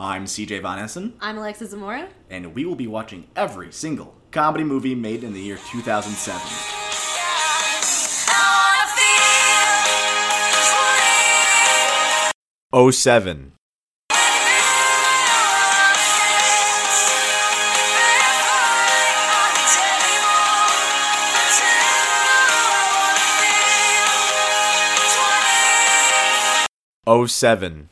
I'm CJ Von Essen, I'm Alexis Zamora. and we will be watching every single comedy movie made in the year 2007. I wanna feel free. 07. Twenty. 07.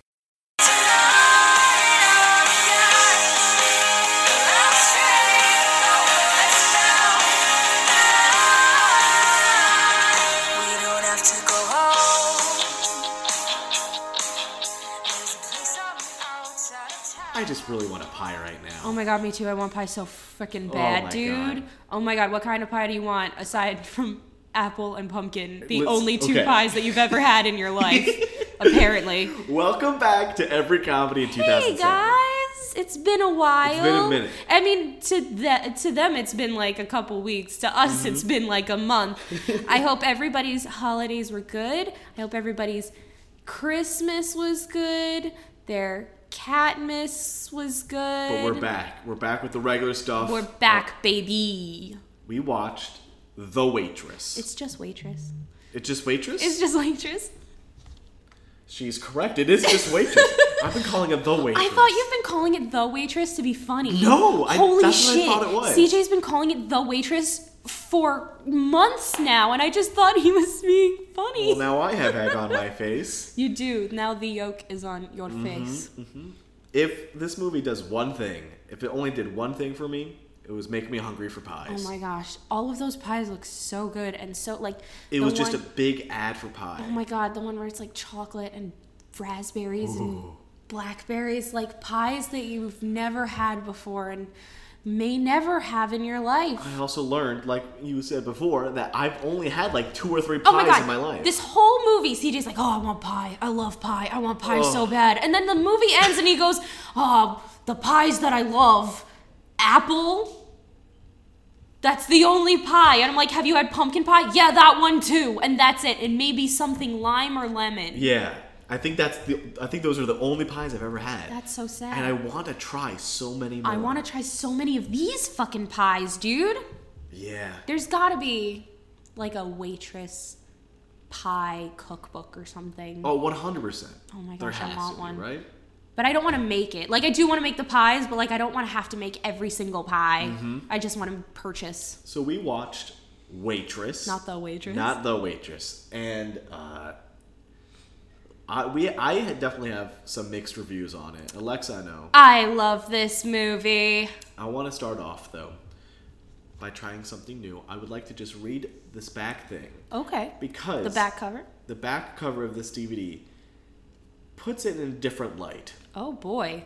I just really want a pie right now. Oh my god, me too. I want pie so freaking Oh bad, my dude. God. Oh my god, what kind of pie do you want aside from apple and pumpkin? The Let's- only two okay. pies that you've ever had in your life, apparently. Welcome back to every comedy in 2007. Hey guys, it's been a while. It's been a minute. I mean, to the, to them, it's been like a couple weeks. To us, it's Mm-hmm. been like a month. I hope everybody's holidays were good. I hope everybody's Christmas was good. Their Catmas was good. But we're back. We're back with the regular stuff. We're back, baby. We watched The Waitress. It's, It's just waitress. just Waitress? It's just waitress. She's correct. It is just Waitress. I've been calling it The Waitress. I thought you've been calling it the waitress to be funny. No, I- holy that's what I shit. thought it was. CJ's been calling it the waitress for months now, and I just thought he was being funny. Well, now I have egg on my face. you do. Now the yolk is on your Mm-hmm. face. If this movie does one thing, if it only did one thing for me, it was make me hungry for Oh pies. my gosh, all of those pies look so good and so like. it the was just a one- big ad for pie. Oh my god, the one where it's like chocolate and raspberries and blackberries, like pies that you've never had before and may never have in your life. I also learned, like you said before, that I've only had like two or three pies Oh my god! in my life. This whole movie, CJ's like, "Oh, I want pie. I love pie. I want pie so bad." And then the movie ends, and he goes, "Oh, the pies that I love, apple. That's the only pie." And I'm like, "Have you had pumpkin pie? Yeah, that one too. And that's it. And maybe something lime or lemon. yeah, I think that's the. I think those are the only pies I've ever had. That's so sad. And I want to try so many more. I want to try so many of these fucking pies, dude. Yeah. There's got to be like a waitress pie cookbook or something." Oh, 100 percent. Oh my There gosh, I has want to be, one. Right? But I don't want to make it. Like I do want to make the pies, but like I don't want to have to make every single pie. Mm-hmm. I just want to purchase. So we watched Waitress. Not the waitress. Not the waitress. And uh, I we I had definitely have some mixed reviews on it. Alexa, I know. I love this movie. I want to start off though by trying something new. I would like to just read this back thing Okay. because The back cover. the back cover of this DVD puts it in a different light. Oh boy.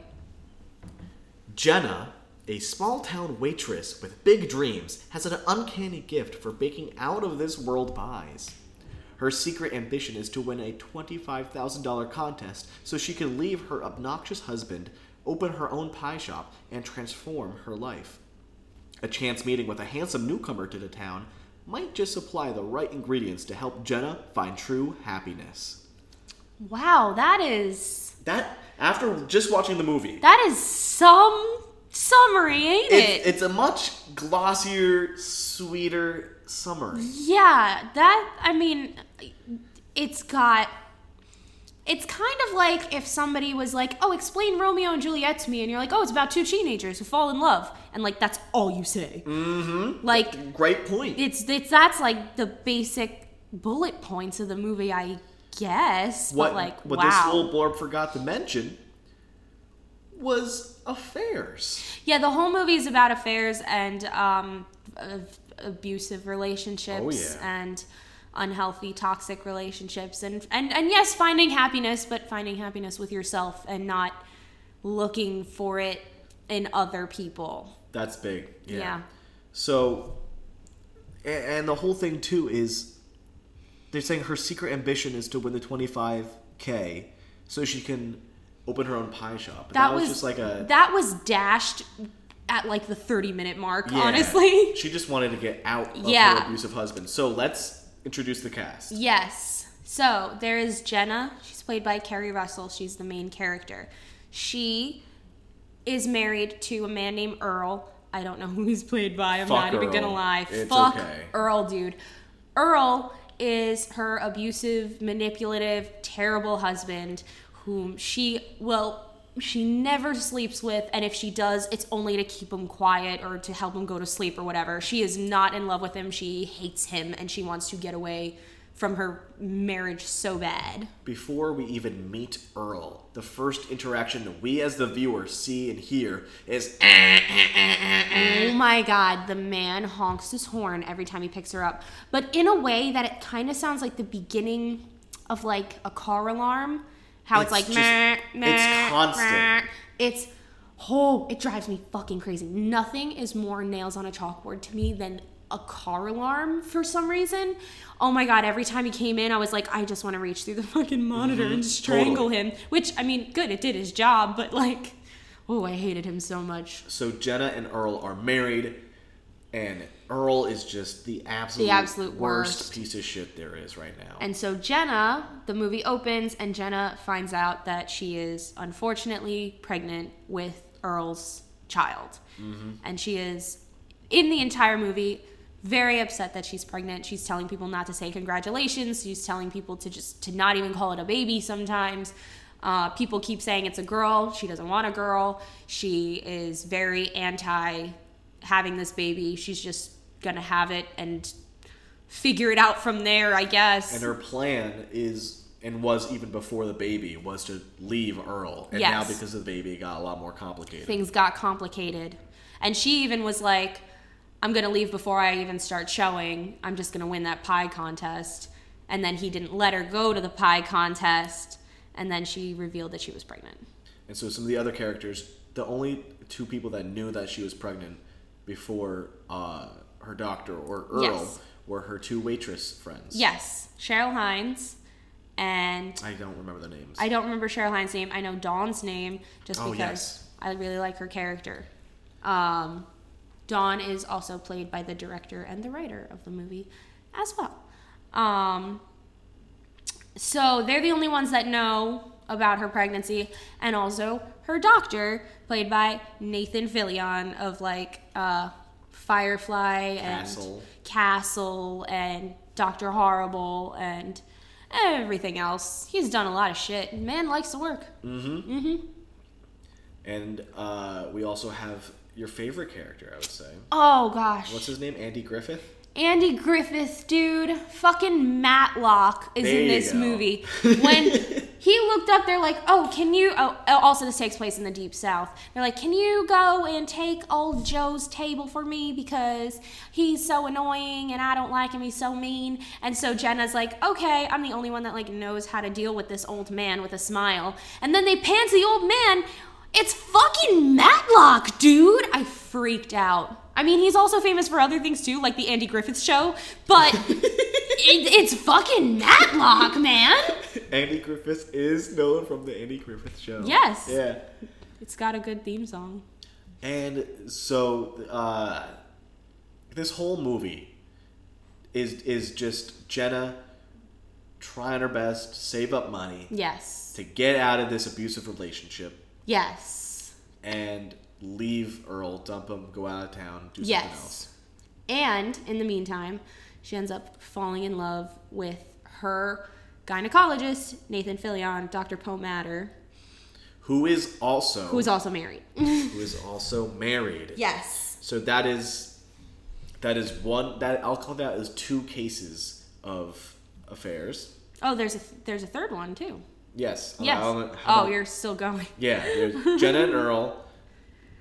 Jenna, a small town waitress with big dreams, has an uncanny gift for baking out of this world pies. Her secret ambition is to win a $25,000 contest so she can leave her obnoxious husband, open her own pie shop, and transform her life. A chance meeting with a handsome newcomer to the town might just supply the right ingredients to help Jenna find true happiness. Wow, that is That, after just watching the movie, that is some summary, ain't it? it's, it's a much glossier, sweeter summer. yeah, that I mean it's got it's kind of like if somebody was like, "Oh, explain Romeo and Juliet to me," and you're like, "Oh, it's about two teenagers who fall in love," and like that's all you say. Mm-hmm. Like Great point. it's it's that's like the basic bullet points of the movie, I guess. What, but like, what wow, this little blurb forgot to mention was affairs. yeah, the whole movie is about affairs and um, of- abusive relationships Oh, yeah. and unhealthy, toxic relationships, and and and yes, finding happiness, but finding happiness with yourself and not looking for it in other people. That's big. Yeah. Yeah. So, a- and the whole thing too is they're saying her secret ambition is to win the 25K so she can open her own pie shop. But that, was, just like a. that was dashed at like the 30 minute mark Yeah. honestly She just wanted to get out of Yeah. her abusive husband. So let's introduce the cast. Yes. So there is Jenna. She's played by Carrie Russell. She's the main character. She is married to a man named Earl. I don't know who he's played by. I'm Fuck not even gonna Earl. lie. It's Fuck okay. Earl, dude. Earl is her abusive, manipulative, terrible husband whom she, well, she never sleeps with, and if she does, it's only to keep him quiet or to help him go to sleep or whatever. She is not in love with him. She hates him, and she wants to get away from her marriage so bad. Before we even meet Earl, the first interaction we as the viewer see and hear is Oh my god, the man honks his horn every time he picks her up. But in a way that it kind of sounds like the beginning of like a car alarm. How it's, It's like just- meh, it's meh, constant. meh. It's oh, it drives me fucking crazy. Nothing is more nails on a chalkboard to me than a car alarm for some reason. Oh my god, every time he came in, I was like, I just want to reach through the fucking monitor and strangle Mm-hmm. Totally. him. Which I mean, good, it did his job, but like, oh, I hated him so much. so Jenna and Earl are married, and Earl is just the absolute absolute worst. piece of shit there is right now. And so Jenna, the movie opens, and Jenna finds out that she is unfortunately pregnant with Earl's child. Mm-hmm. And she is, in the entire movie, very upset that she's pregnant. She's telling people not to say congratulations. She's telling people to just to not even call it a baby sometimes. Uh, people keep saying it's a girl. She doesn't want a girl. She is very anti having this baby. She's just gonna have it and figure it out from there, I guess. And her plan is and was even before the baby was to leave Earl, and now Yes. because of the baby, it got a lot more complicated. things got complicated. And she even was like, I'm going to leave before I even start showing. I'm just going to win that pie contest. And then he didn't let her go to the pie contest. And then she revealed that she was pregnant. And so some of the other characters, the only two people that knew that she was pregnant before uh, her doctor or Earl Yes. were her two waitress friends. Yes, Cheryl Hines. And I don't remember their names. I don't remember Cheryl Hines' name. I know Dawn's name just Oh, because yes. I really like her character. Um, Dawn is also played by the director and the writer of the movie as well. Um, so they're the only ones that know about her pregnancy and also her doctor, played by Nathan Fillion of like uh, Firefly Castle. and Castle and Doctor Horrible and everything else. He's done a lot of shit. Man likes to work. and uh, we also have your favorite character, I would say. Oh gosh. What's his name? Andy Griffith? Andy Griffith, dude, fucking Matlock is There in you this go. movie. When he looked up, they're like, "Oh, can you?" Oh, oh, also this takes place in the deep south. They're like, "Can you go and take old Joe's table for me because he's so annoying and I don't like him. He's so mean." And so Jenna's like, "Okay, I'm the only one that like knows how to deal with this old man with a smile." And then they pan to the old man. It's fucking Matlock, dude. I freaked out. I mean, he's also famous for other things too, like the Andy Griffith Show. But it, it's fucking Matlock, man. Andy Griffith is known from the Andy Griffith show. Yes. Yeah. It's got a good theme song. And so uh, this whole movie is is just Jenna trying her best to save up money Yes. to get out of this abusive relationship Yes. and leave Earl, dump him, go out of town, do something else. Yes. And in the meantime, she ends up falling in love with her gynecologist, Nathan Fillion, Dr. Poe Matter, Who is also who is also married. who is also married. yes. So that is that is one that I'll call that as two cases of affairs. Oh, there's a there's a third one too. Yes. Yes. I don't know how Oh, to- you're still going. Yeah, there's Jenna and Earl,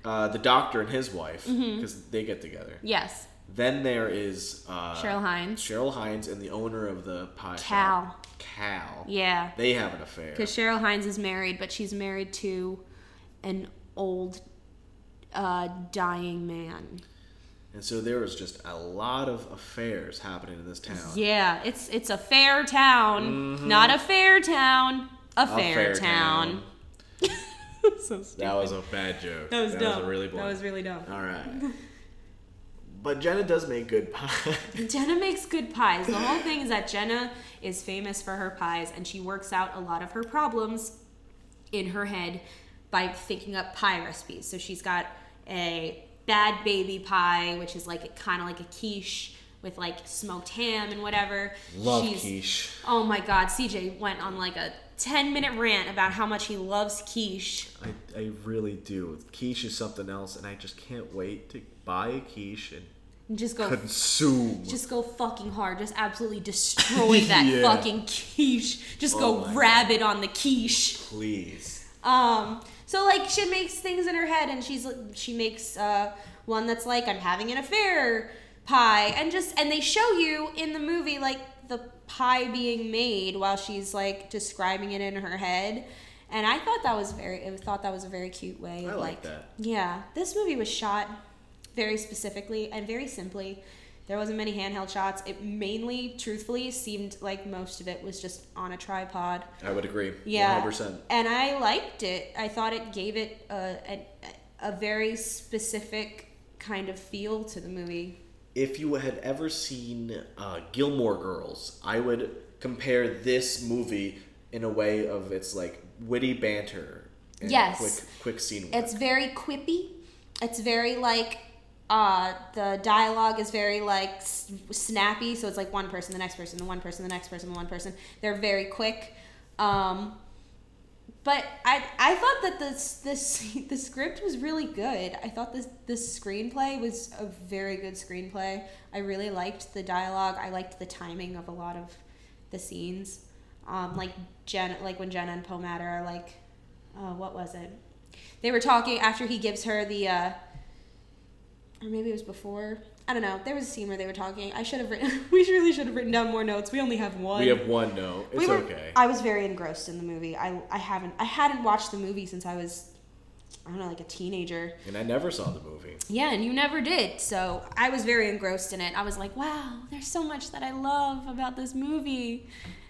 uh, the doctor and his wife, Mm-hmm. because they get together. Yes. Then there is uh, Cheryl Hines. Cheryl Hines and the owner of the pie Cal. shop. Cal. Yeah. They have an affair. Because Cheryl Hines is married, but she's married to an old, uh, dying man. And so there was just a lot of affairs happening in this town. Yeah, it's it's a fair town, not a fair town, a Mm-hmm. A fair, town. so stupid. That was a bad joke. That was dumb. a really blunt. That was really dumb. All right. But Jenna does make good pie. Jenna makes good pies. The whole thing is that Jenna is famous for her pies, and she works out a lot of her problems in her head by thinking up pie recipes. So she's got a bad baby pie, which is like kind of like a quiche with like smoked ham and whatever. Love she's, quiche. Oh my God, CJ went on like a 10 minute rant about how much he loves quiche. I, I really do. Quiche is something else, and I just can't wait to buy a quiche and Just go consume. just go fucking hard. Just absolutely destroy that Yeah. fucking quiche. Just Oh go my rabid on the quiche. Please. Um, so like she makes things in her head, and she's she makes uh, one that's like I'm having an affair pie, and just and they show you in the movie like the pie being made while she's like describing it in her head. And I thought that was very I thought that was a very cute way. I of, like that. Yeah, this movie was shot very specifically and very simply. There wasn't many handheld shots. It mainly, truthfully, seemed like most of it was just on a tripod. I would agree. Yeah. 100%. And I liked it. I thought it gave it a, a, a very specific kind of feel to the movie. if you had ever seen uh, Gilmore Girls, I would compare this movie in a way of it's like witty banter. And Yes. Quick, quick scene. Work. It's very quippy. It's very like uh, the dialogue is very like s- snappy. So it's like one person, the next person, the one person, the next person, the one person. They're very quick. Um, but I I thought that this this the script was really good. I thought this this screenplay was a very good screenplay. I really liked the dialogue. I liked the timing of a lot of the scenes. Um, like Jen, like when Jenna and Pomatter are like, oh, what was it? They were talking after he gives her the, uh, or maybe it was before. I don't know. There was a scene where they were talking. I should have written. we really should have written down more notes. We only have one. we have one note. It's We were- okay. I was very engrossed in the movie. I, I haven't I hadn't watched the movie since I was I don't know like a teenager. and I never saw the movie. Yeah, and you never did. So I was very engrossed in it. I was like, wow, there's so much that I love about this movie.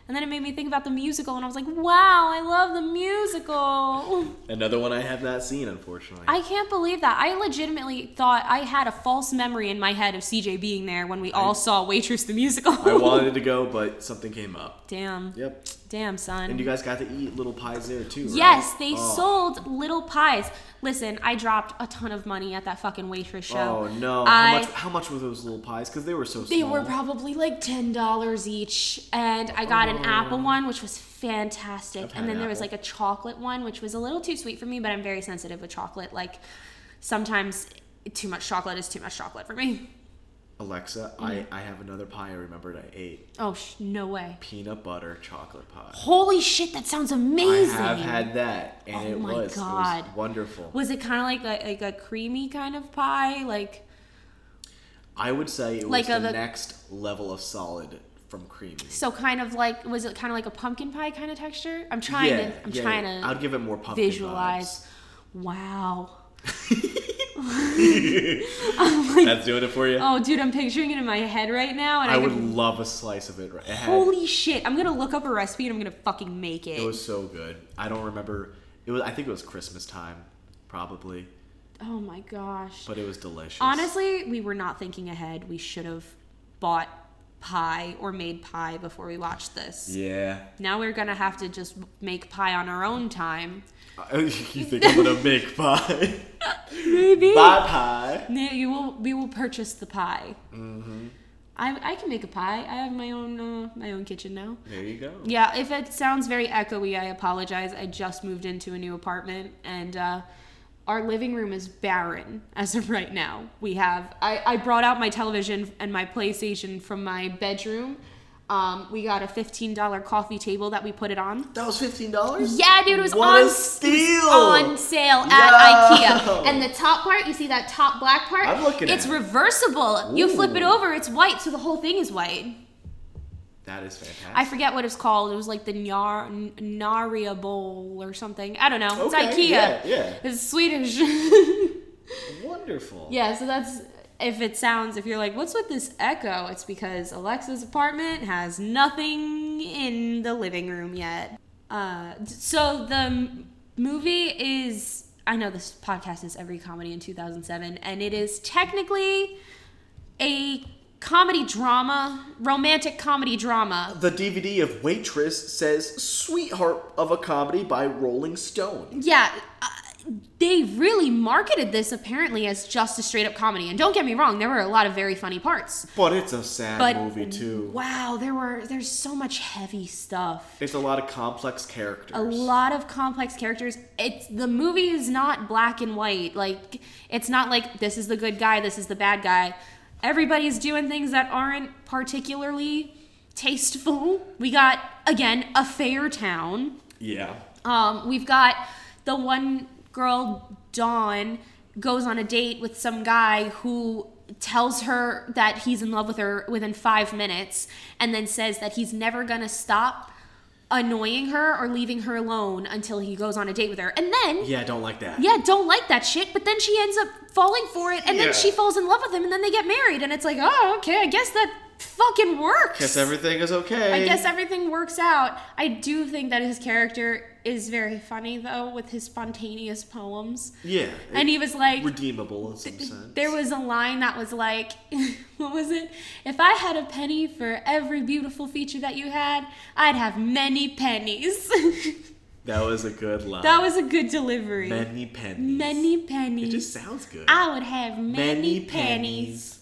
And then it made me think about the musical, and I was like, wow, I love the musical. Another one I have not seen, unfortunately. I can't believe that. I legitimately thought I had a false memory in my head of CJ being there when we all saw Waitress the Musical. I wanted to go, but something came up. Damn. Yep. Damn, son. And you guys got to eat little pies there too. Right? Yes, they Oh. sold little pies. Listen, I dropped a ton of money at that fucking waitress show. Oh no! I, how much? How much were those little pies? Because they were so They small. were probably like ten dollars each. and I got an apple one, which was fantastic. Oh. I've had And then there was apple. like a chocolate one, which was a little too sweet for me, but I'm very sensitive with chocolate. Like sometimes too much chocolate is too much chocolate for me. Alexa, I, I have another pie I remembered I ate. Oh, sh- no way. Peanut butter chocolate pie. Holy shit, that sounds I amazing. have had that, and Oh it, my was, it was God. wonderful. Was it kind of like a, like a creamy kind of pie? Like I would say it Like was a- the next level of solid from creamy. so kind of like was it kind of like a pumpkin pie kind of texture? I'm trying to I'm yeah, trying to I'd give it more pumpkin visualize. Wow. vibes. That's doing it for you. Oh, dude, I'm picturing it in my head right now, and I, I would could- love a slice of it. right- It, had, holy shit! I'm gonna look up a recipe and I'm gonna fucking make it. it was so good. I don't remember. It was. I think it was Christmas time, probably, oh my gosh! but it was delicious. Honestly, we were not thinking ahead. We should have bought pie or made pie before we watched this. Yeah. Now we're gonna have to just make pie on our own time. Uh, you think I'm gonna make pie? Maybe. Bye pie. No, you will. We will purchase the pie. Mm-hmm. I, I can make a pie. I have my own uh, my own kitchen now. There you go. Yeah, if it sounds very echoey, I apologize. I just moved into a new apartment and uh, our living room is barren as of right now. We have, I, I brought out my television and my PlayStation from my bedroom. Um, we got a $15 coffee table that we put it on. That was fifteen dollars. Yeah, dude, it was What on a steal! on sale at Yo! IKEA. And the top part, you see that top black part? I'm looking It's at it. reversible. You flip it Ooh. over, it's white, so the whole thing is white. That is fantastic. I forget what it's called. It was like the Nyar, N- Naria Bowl or something. I don't know. It's Okay, IKEA. yeah, yeah. It's Swedish. Wonderful. yeah, so that's if it sounds if you're like, what's with this echo? It's because Alexa's apartment has nothing in the living room yet. Uh, d- so the m- movie is I know this podcast is every comedy in 2007 and it is technically a comedy drama, romantic comedy drama. The DVD of Waitress says "Sweetheart of a Comedy" by Rolling Stone. Yeah, uh, they really marketed this apparently as just a straight up comedy. And don't get me wrong, there were a lot of very funny parts. But it's a sad But movie too. wow, there were there's so much heavy stuff. It's a lot of complex characters. a lot of complex characters. It's the movie is not black and white. Like it's not like this is the good guy, this is the bad guy. Everybody's doing things that aren't particularly tasteful. We got again a fair town. Yeah. Um, we've got the one girl, Dawn, goes on a date with some guy who tells her that he's in love with her within five minutes and then says that he's never going to stop annoying her or leaving her alone until he goes on a date with her. And then. Yeah, I don't like that. Yeah, don't like that shit, but then she ends up falling for it, and Yeah. then she falls in love with him, and then they get married, and it's like, oh, okay, I guess that fucking works. Guess everything is okay. I guess everything works out. I do think that his character is very funny though, with his spontaneous poems. Yeah. And he was like, redeemable in some sense. there was a line that was like, what was it? If I had a penny for every beautiful feature that you had, I'd have many pennies. that was a good line. that was a good delivery. Uh, many pennies. Many It pennies. just sounds good. I would have many, pennies.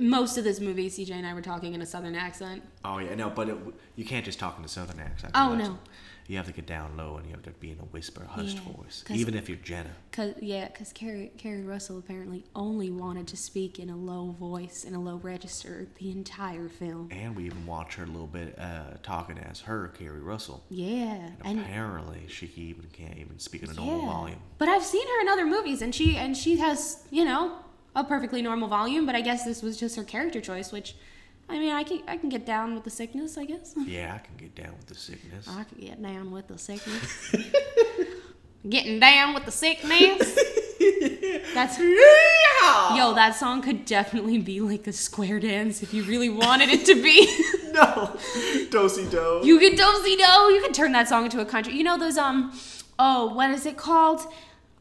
Most of this movie, CJ and I were talking in a southern accent. Oh yeah, no, but it, you can't just talk in a southern accent. Oh, You no. have to- You have to get down low and you have to be in a whisper, hushed Yeah, voice, 'cause- even if you're Jenna. Cause yeah, cause Carrie Carrie Russell apparently only wanted to speak in a low voice in a low register the entire film. And we even watch her a little bit uh, talking as her, Carrie Russell. Yeah, And and apparently, she even can't even speak at a normal yeah. volume. But I've seen her in other movies, and she and she has you know a perfectly normal volume. But I guess this was just her character choice, which, I mean, I can I can get down with the sickness, I guess. Yeah, I can get down with the sickness. I could get down with the sickness. Getting down with the sickness. That's yo. That song could definitely be like a square dance if you really wanted it to be. No, dosey do. you could dosey do. You could turn that song into a country. You know those um, oh, what is it called?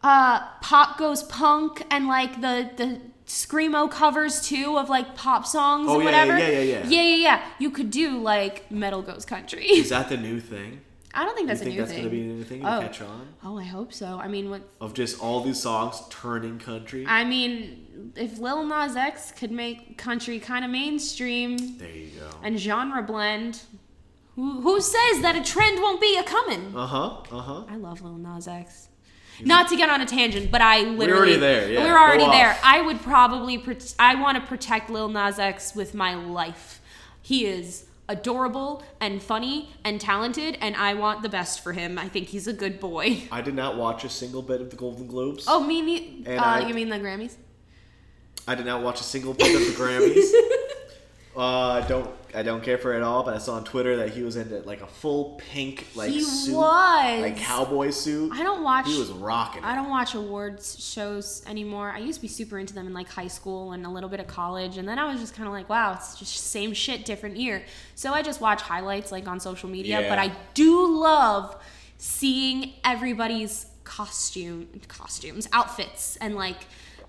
Uh, pop goes punk and like the the screamo covers too of like pop songs Oh, and yeah, whatever. yeah, yeah, yeah. yeah, yeah, yeah. You could do like metal goes country. Is that the new thing? I don't think You that's think a new that's thing. gonna be the new thing to Oh. catch on? Oh, I hope so. I mean, what? Of just all these songs turning country. I mean, if Lil Nas X could make country kind of mainstream there you go. and genre blend, who who says that a trend won't be a coming? Uh huh. Uh huh. I love Lil Nas X. Not to get on a tangent, but I literally already there, yeah. we're already Go off. there. I would probably prot I want to protect Lil Nas X with my life. He is adorable and funny and talented, and I want the best for him. I think he's a good boy. I did not watch a single bit of the Golden Globes. Oh, me ne- And uh, I- You mean the Grammys? I did not watch a single bit of the Grammys. uh, I don't. I don't care for it at all. But I saw on Twitter that he was in like a full pink like He suit, was. like cowboy suit. I don't watch. He was rocking. I don't watch awards shows anymore. I used to be super into them in like high school and a little bit of college, and then I was just kind of like, wow, it's just same shit, different year. So I just watch highlights like on social media, Yeah. but I do love seeing everybody's costume, costumes, outfits, and like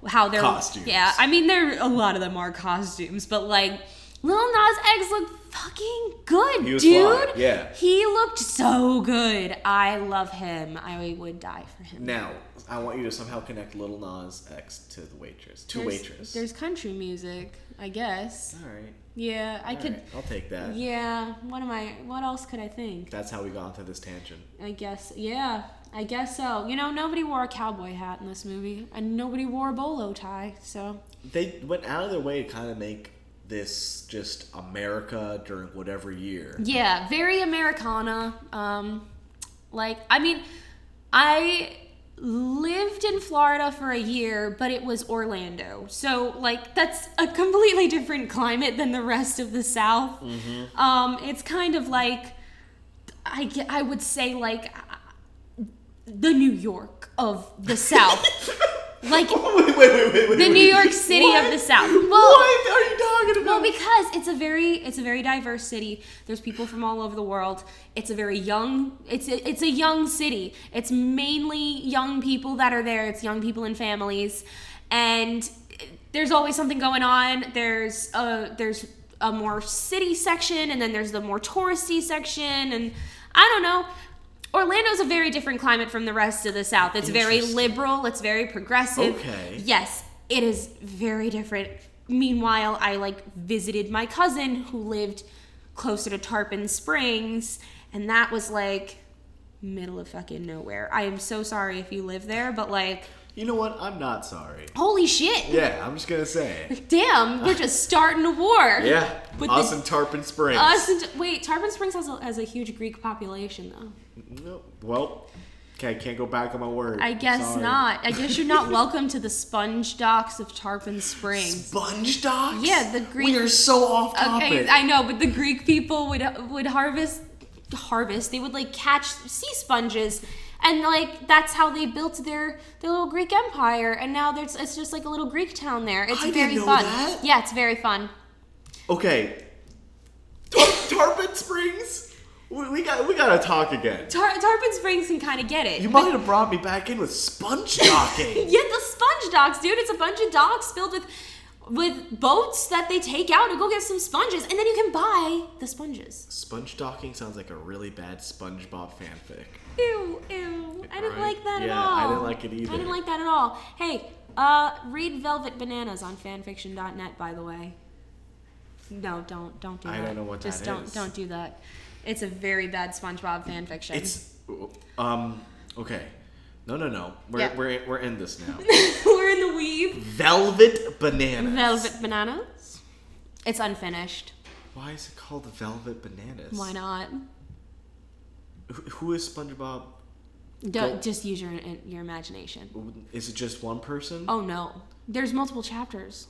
how they're Costumes. Yeah, I mean, there a lot of them are costumes, but like. Lil Nas X looked fucking good, He was dude. fly, yeah. He looked so good. I love him. I would die for him. Now I want you to somehow connect Little Nas X to the waitress. To there's, waitress. There's country music, I guess. all right. Yeah, I all could. right, I'll take that. Yeah. What am I? What else could I think? That's how we got into this tangent. I guess. Yeah. I guess so. You know, nobody wore a cowboy hat in this movie, and nobody wore a bolo tie. So They went out of their way to kind of make this just America during whatever year. yeah, very Americana. Um, like I mean, I lived in Florida for a year, but it was Orlando. So like that's a completely different climate than the rest of the South. Mm-hmm. Um, it's kind of like I ge- I would say like uh, the New York of the South. like wait, wait, wait, wait, wait. the New wait. York City of What? the South. Well, what are you talking well, about? because it's a very it's a very diverse city. There's people from all over the world. It's a very young it's a, it's a young city. It's mainly young people that are there. It's young people and families, and there's always something going on. There's a there's a more city section, and then there's the more touristy section, and I don't know. Orlando's a very different climate from the rest of the South. It's very Interesting. liberal, it's very progressive. Okay. Yes, it is very different. Meanwhile, I like visited my cousin who lived closer to Tarpon Springs, and that was like middle of fucking nowhere. I am so sorry if you live there, but like You know what? I'm not sorry. holy shit. Yeah, I'm just gonna say. it. Damn, we're just starting a war. Yeah, But us the- and Tarpon Springs. Us and, wait, Tarpon Springs has a, has a huge Greek population though. Nope. Well, okay, can't go back on my word. I guess Sorry. not. I guess you're not welcome to the sponge docks of Tarpon Springs. Sponge docks? Yeah, the We Greek- are so off topic. Okay, I know, but the Greek people would would harvest harvest. They would like catch sea sponges, and like that's how they built their their little Greek empire. And now there's it's just like a little Greek town there. It's I didn't very know fun. that. Yeah, it's very fun. Okay. Tar- Tarpon Springs? We, we got we gotta talk again. Tar- Tarpon Springs can kind of get it. You but- might have brought me back in with sponge docking. Yeah, the sponge docks, dude. It's a bunch of docks filled with with boats that they take out to go get some sponges, and then you can buy the sponges. Sponge docking sounds like a really bad SpongeBob fanfic. Ew, ew. I didn't Right. like that at Yeah, all. I didn't like it either. I didn't like that at all. Hey, uh, read Velvet Bananas on fanfiction.net, by the way. No, don't don't do I that. don't know what Just that don't is. don't do that. It's a very bad SpongeBob fanfiction. It's um okay. No no no. We're Yeah. we're we're in this now. we're in the weave. Velvet bananas. Velvet Bananas. It's unfinished. Why is it called Velvet Bananas? Why not? Wh- Who is SpongeBob? Don't Go- just use your your imagination. Is it just one person? Oh no, there's multiple chapters.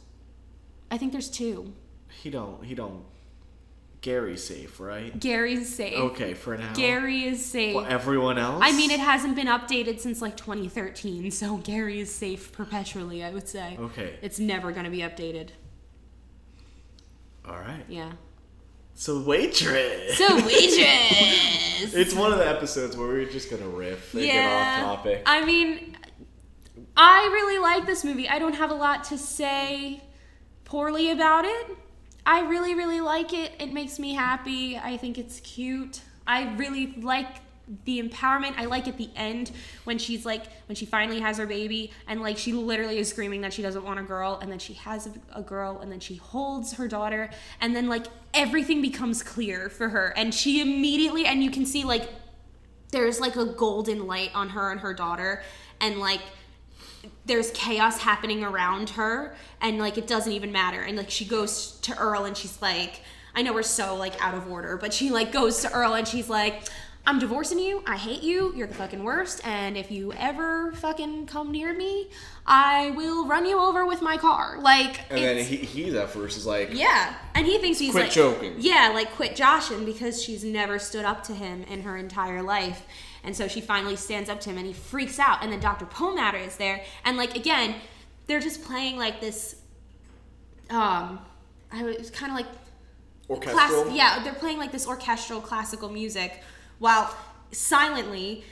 I think there's two. He don't. He don't. Gary's safe, right? Gary's safe. Okay, for now. Gary is safe. Well, everyone else. I mean, it hasn't been updated since like 2013, so Gary is safe perpetually. I would say. Okay. It's never gonna be updated. All right. Yeah. So waitress. So waitress. it's one of the episodes where we're just gonna riff and get off topic. I mean, I really like this movie. I don't have a lot to say poorly about it. I really, really like it. It makes me happy. I think it's cute. I really like the empowerment. I like at the end when she's like, when she finally has her baby and like she literally is screaming that she doesn't want a girl and then she has a, a girl and then she holds her daughter and then like everything becomes clear for her and she immediately, and you can see like there's like a golden light on her and her daughter and like there's chaos happening around her and like it doesn't even matter and like she goes to earl and she's like i know we're so like out of order but she like goes to earl and she's like i'm divorcing you i hate you you're the fucking worst and if you ever fucking come near me i will run you over with my car like and then it's- he he's at first is like, yeah, and he thinks he's Quit like, joking. Yeah, like quit joshing because she's never stood up to him in her entire life, and so she finally stands up to him, and he freaks out. And then Dr. Pomatter is there, and like again, they're just playing like this. Um, I was kind of like class, orchestral. yeah, they're playing like this orchestral classical music while silently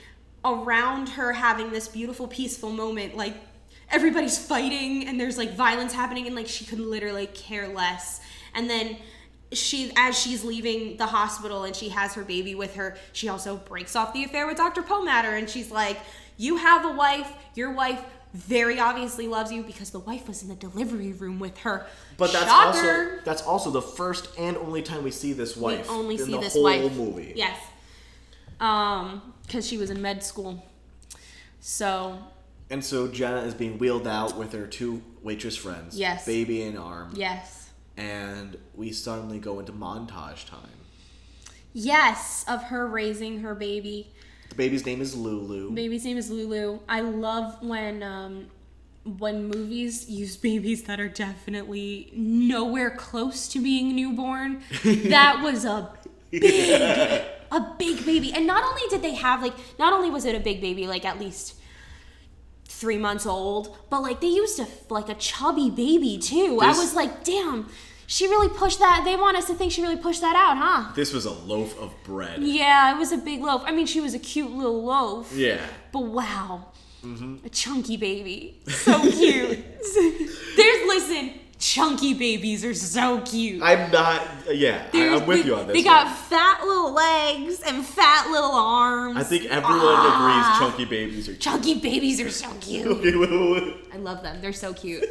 around her having this beautiful peaceful moment like everybody's fighting and there's like violence happening and like she could literally care less. And then she as she's leaving the hospital and she has her baby with her, she also breaks off the affair with Dr. Pomatter and she's like, "You have a wife. Your wife very obviously loves you because the wife was in the delivery room with her." But that's Shocker. also that's also the first and only time we see this wife We only in see the this whole wife. movie. Yes. Um, because she was in med school. So And so Jenna is being wheeled out with her two waitress friends. Yes. Baby in arm. yes, And we suddenly go into montage time. yes, of her raising her baby. The baby's name is Lulu. Baby's name is Lulu. I love when um, when movies use babies that are definitely nowhere close to being newborn. that was a big, a big baby. And not only did they have like, not only was it a big baby, like at least three months old, but like they used a like a chubby baby too. I This- was like, damn, she really pushed that. They want us to think she really pushed that out, huh? This was a loaf of bread. Yeah, it was a big loaf. I mean, she was a cute little loaf. Yeah. But Mm-hmm. wow, a chunky baby, so cute. There's listen, chunky babies are so cute. I'm not. Yeah, I, There's- I'm with they- you on this. They one. got fat little legs and fat little arms. I think everyone Ah. agrees chunky babies are cute. chunky babies are so cute. Okay, wait, wait, wait. I love them. They're so cute.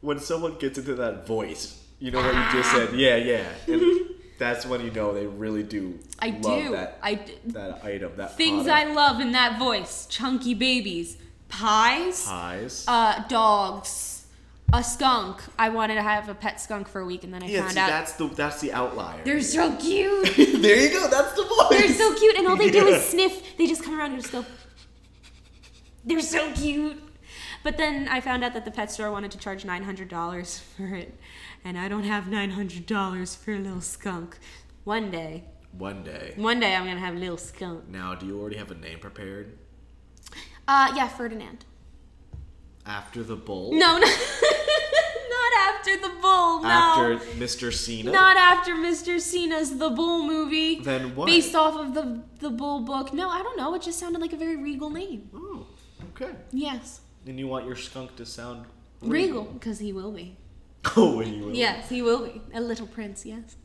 when someone gets into that voice, you know what you just Ah. said. Yeah, yeah. And that's when you know they really do. I love do. That, I d- that item. That things I love in that voice: chunky babies, pies, pies. uh, dogs, a skunk. I wanted to have a pet skunk for a week, and then I yeah, found see, out that's the that's the outlier. they're so cute. there you go. That's the voice. They're so cute, and all they do is sniff. They just come around and just go. They're so cute. But then I found out that the pet store wanted to charge nine hundred dollars for it, and I don't have nine hundred dollars for a little skunk. One day, One day. one day I'm gonna have a little skunk. Now, do you already have a name prepared Uh, yeah, Ferdinand. after the bull? No, no, not after the bull. No, After Mr. Cena. not after Mr. Cena's The Bull movie. Then what? Based off of the the Bull book. No, I don't know. It just sounded like a very regal name. Oh, okay. Yes. And you want your skunk to sound Regal, because he will be. Oh, and you will. Yes, he will be. A little prince, yes.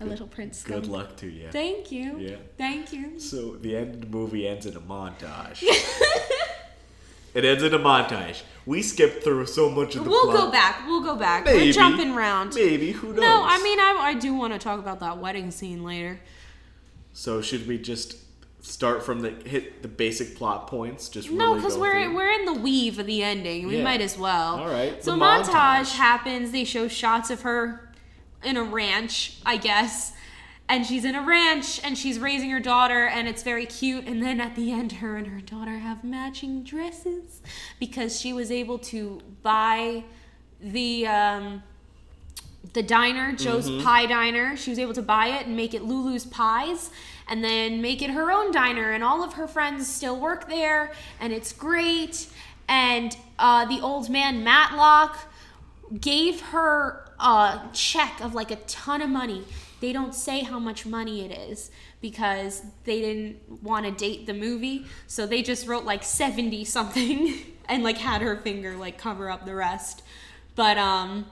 A little prince. Good skunk. luck to you. Thank you. Yeah. Thank you. So the end of the movie ends in a montage. it ends in a montage. We skipped through so much of the We'll plot. go back. We'll go back. We're Maybe. jumping round. Maybe who knows? No, I mean I, I do want to talk about that wedding scene later. So should we just start from the hit the basic plot points? Just No, really because go we're through? we're in the weave of the ending. We Yeah. might as well. All right, So the montage. montage. happens. They show shots of her in a ranch, I guess. And she's in a ranch and she's raising her daughter and it's very cute. And then at the end, her and her daughter have matching dresses because she was able to buy the um, the diner, Joe's Pie Diner. She was able to buy it and make it Lulu's Pies and then make it her own diner. And all of her friends still work there and it's great. And uh, the old man, Matlock, gave her a check of like a ton of money. They don't say how much money it is because they didn't want to date the movie. So they just wrote like 70 something and like had her finger like cover up the rest. But um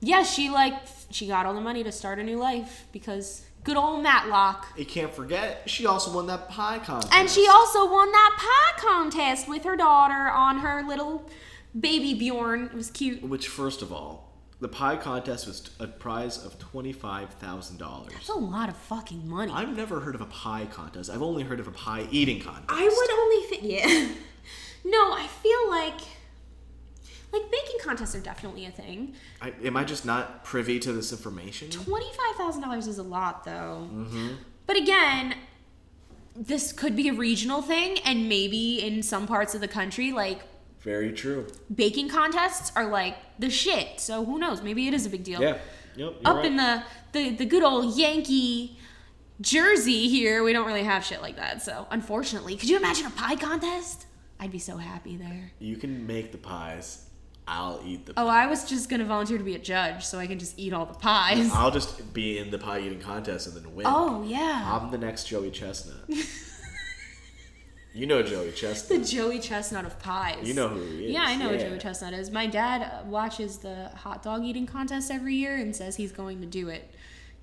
yeah, she like she got all the money to start a new life because good old Matlock. You can't forget she also won that pie contest. And she also won that pie contest with her daughter on her little baby Bjorn. It was cute. Which, first of all, the pie contest was a prize of twenty-five thousand dollars. It's a lot of fucking money. I've never heard of a pie contest. I've only heard of a pie eating contest. I would only think, yeah. No, I feel like, like baking contests are definitely a thing. I, am I just not privy to this information? Twenty-five thousand dollars is a lot, though. But again, this could be a regional thing, and maybe in some parts of the country, like Very true. baking contests are like the shit. So who knows? Maybe it is a big deal. Yeah. Yep. You're Up right. in the, the the good old Yankee Jersey here, we don't really have shit like that. So unfortunately, could you imagine a pie contest? I'd be so happy there. You can make the pies. I'll eat the. Oh, I was just gonna volunteer to be a judge so I can just eat all the pies. I'll just be in the pie eating contest and then win. Oh yeah. I'm the next Joey Chestnut. you know Joey Chestnut. the Joey Chestnut of pies. You know who he is. Yeah, I know who yeah. Joey Chestnut is. My dad uh, watches the hot dog eating contest every year and says he's going to do it.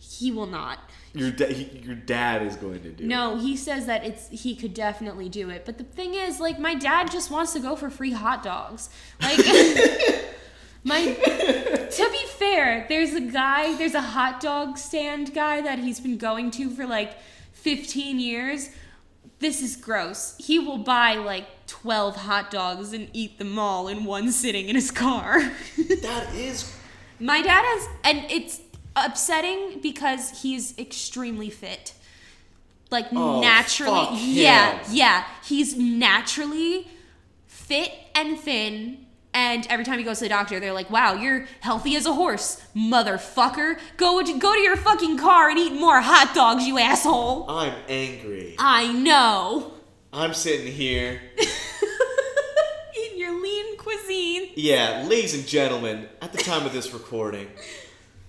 He will not. Your da- he- your dad is going to do. No, he says that it's he could definitely do it. But the thing is, like, my dad just wants to go for free hot dogs. Like, my to be fair, there's a guy, there's a hot dog stand guy that he's been going to for like 15 years. This is gross. He will buy like 12 hot dogs and eat them all in one sitting in his car. It. That is. My dad is, and it's upsetting because he's extremely fit. Like Oh, naturally, fuck yeah, him. yeah, he's naturally fit and thin. And every time he goes to the doctor, they're like, "Wow, you're healthy as a horse, motherfucker. Go to, go to your fucking car and eat more hot dogs, you asshole." I'm angry. I know. I'm sitting here. Eating your lean cuisine. Yeah, ladies and gentlemen, at the time of this recording,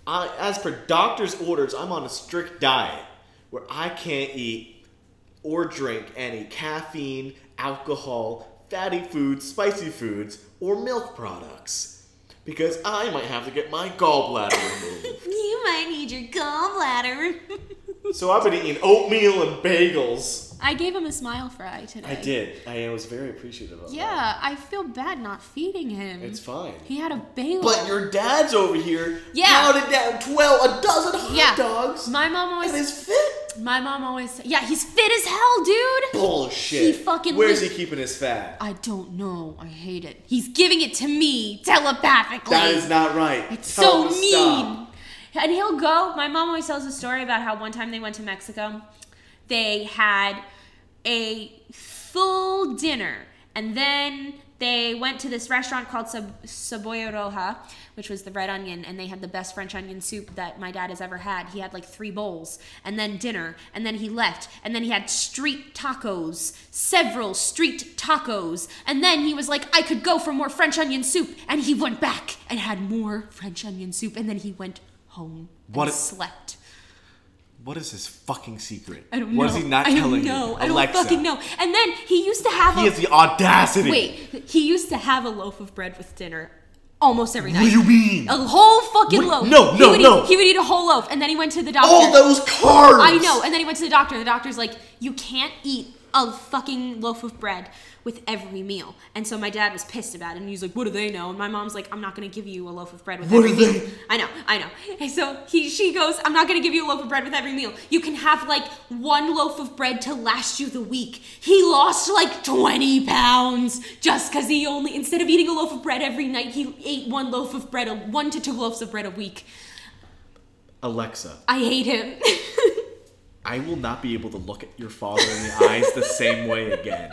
I, as per doctor's orders, I'm on a strict diet where I can't eat or drink any caffeine, alcohol, fatty foods, spicy foods, or milk products. Because I might have to get my gallbladder removed. You might need your gallbladder. so I've been eating oatmeal and bagels. I gave him a smile fry today. I did. I was very appreciative of that. Yeah, I feel bad not feeding him. It's fine. he had a bagel. But your dad's over here Yeah. counted down 12, a dozen hot yeah, dogs. My mom and always. his fit. My mom always. Yeah, he's fit as hell, dude. Bullshit. He fucking Where's lives- he keeping his fat? I don't know. I hate it. He's giving it to me telepathically. That is not right. It's Tell so him to mean. stop. And he'll go. My mom always tells a story about how one time they went to Mexico, they had a full dinner, and then they went to this restaurant called Sab- Saboya Roja, which was the red onion, and they had the best French onion soup that my dad has ever had. He had like three bowls, and then dinner, and then he left, and then he had street tacos, several street tacos, and then he was like, I could go for more French onion soup, and he went back and had more French onion soup, and then he went home What and a- slept. What is his fucking secret? I don't know. What is he not I don't telling know. you? I don't Alexa. fucking know. And then he used to have He a has the audacity. wait. He used to have a loaf of bread with dinner almost every What do night. you mean? A whole fucking Wait, loaf. no, he no, would no. Eat, he would eat a whole loaf, and then he went to the doctor. All those carbs. I know. And then he went to the doctor. The doctor's like, "You can't eat a fucking loaf of bread with every meal." And so my dad was pissed about it, and he's like, "What do they know?" And my mom's like, "I'm not gonna give you a loaf of bread with What every do meal." they- I know, I know. And so he, she goes, "I'm not gonna give you a loaf of bread with every meal. You can have like one loaf of bread to last you the week." He lost like 20 pounds just because he only instead of eating a loaf of bread every night, he ate one loaf of bread, a, one to two loaves of bread a week. Alexa, I hate him. I will not be able to look at your father in the eyes the same way again.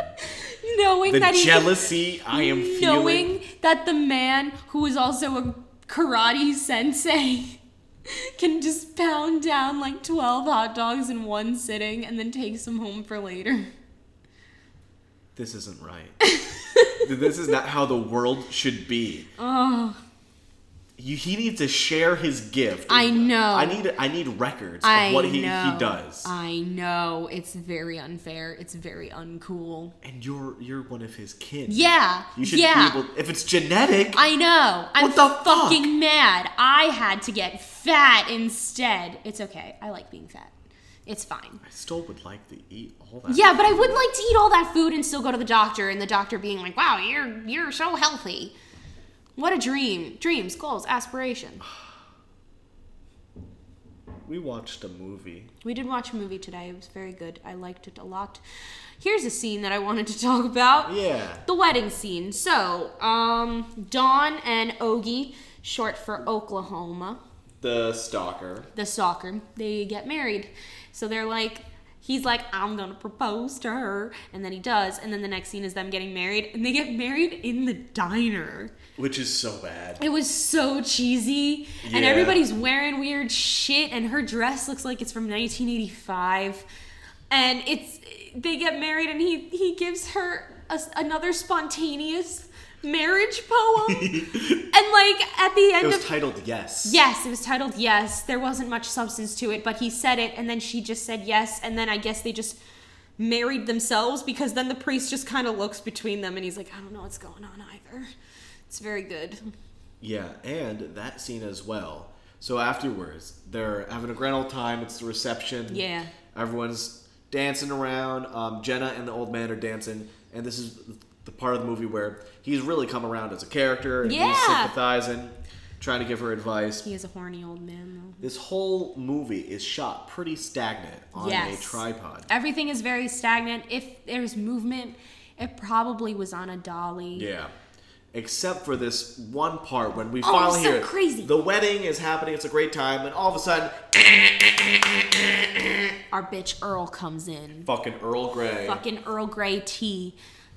knowing The that he jealousy I am knowing feeling. that the man who is also a karate sensei can just pound down like 12 hot dogs in one sitting and then takes them home for later. This isn't right. this is not how the world should be. Oh, You, he needs to share his gift. I know. I need I need records Oh. I of what he, know. Uh, he does. I know. It's very unfair. It's very uncool. and you're you're one of his kids. Yeah. You should yeah. be able if it's genetic. I know. I'm What the fuck? fucking mad. I had to get fat instead. It's okay. I like being fat. It's fine. I still would like to eat all that. Yeah, but I would like to eat all that food and still go to the doctor, and the doctor being like, "Wow, you're you're so healthy." What a dream! Dreams, goals, aspiration. We watched a movie. We did watch a movie today. It was very good. I liked it a lot. Here's a scene that I wanted to talk about. Yeah. The wedding scene. So, um, Dawn and Ogie, short for Oklahoma, The stalker. the soccer, they get married. So they're like, he's like, I'm gonna propose to her. And then he does. And then the next scene is them getting married. And they get married in the diner. Which is so bad. It was so cheesy. And Yeah. everybody's wearing weird shit. And her dress looks like it's from 1985. And it's, they get married and he, he gives her a s another spontaneous marriage poem. it and like at the end of was titled Yes. Yes, it was titled Yes. There wasn't much substance to it, but he said it, and then she just said yes, and then I guess they just married themselves because then the priest just kind of looks between them and he's like, I don't know what's going on either. It's very good. Yeah, and that scene as well. So afterwards, they're having a grand old time. It's the reception. Yeah. Everyone's dancing around. Um, Jenna and the old man are dancing, and this is the part of the movie where he's really come around as a character and he's Yeah. sympathizing, trying to give her advice. He is a horny old man, though. This whole movie is shot pretty stagnant on Yes. a tripod. Everything is very stagnant. If there's movement, it probably was on a dolly. Yeah. Except for this one part when we Oh, finally so hear it. crazy. the wedding is happening, it's a great time, and all of a sudden, Our bitch Earl comes in. fucking Earl Grey. Fucking Earl Grey tea.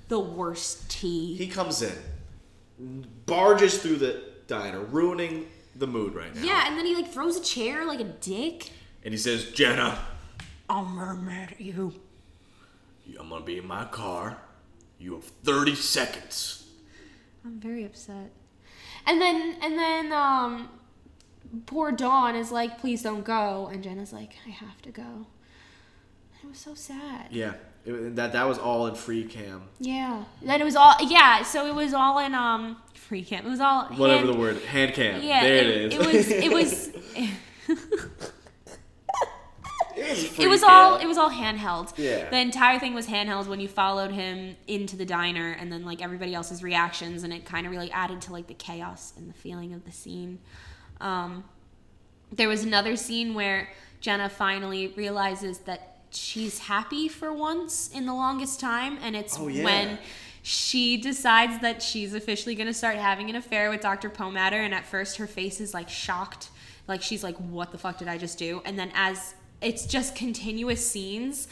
The worst tea. He comes in, barges through the diner, ruining the mood right now. yeah, and then he like throws a chair like a dick. And he says, Jenna, I'll murmur at you. I'm gonna be in my car. You have 30 seconds. I'm very upset. And then and then um poor Dawn is like, please don't go and Jenna's like, I have to go. It was so sad. Yeah. It- that that was all in free cam. Yeah. Then it was all yeah. So it was all in um free cam. It was all Whatever hand- the word, hand cam. Yeah, there it, it is. It was. It was. Free It was all cam. it was all handheld. Yeah. The entire thing was handheld when you followed him into the diner and then like everybody else's reactions and it kind of really added to like the chaos and the feeling of the scene. Um, there was another scene where Jenna finally realizes that she's happy for once in the longest time and it's Oh, yeah. when she decides that she's officially going to start having an affair with Dr. Pomatter and at first her face is like shocked like she's like what the fuck did I just do and then as it's just continuous scenes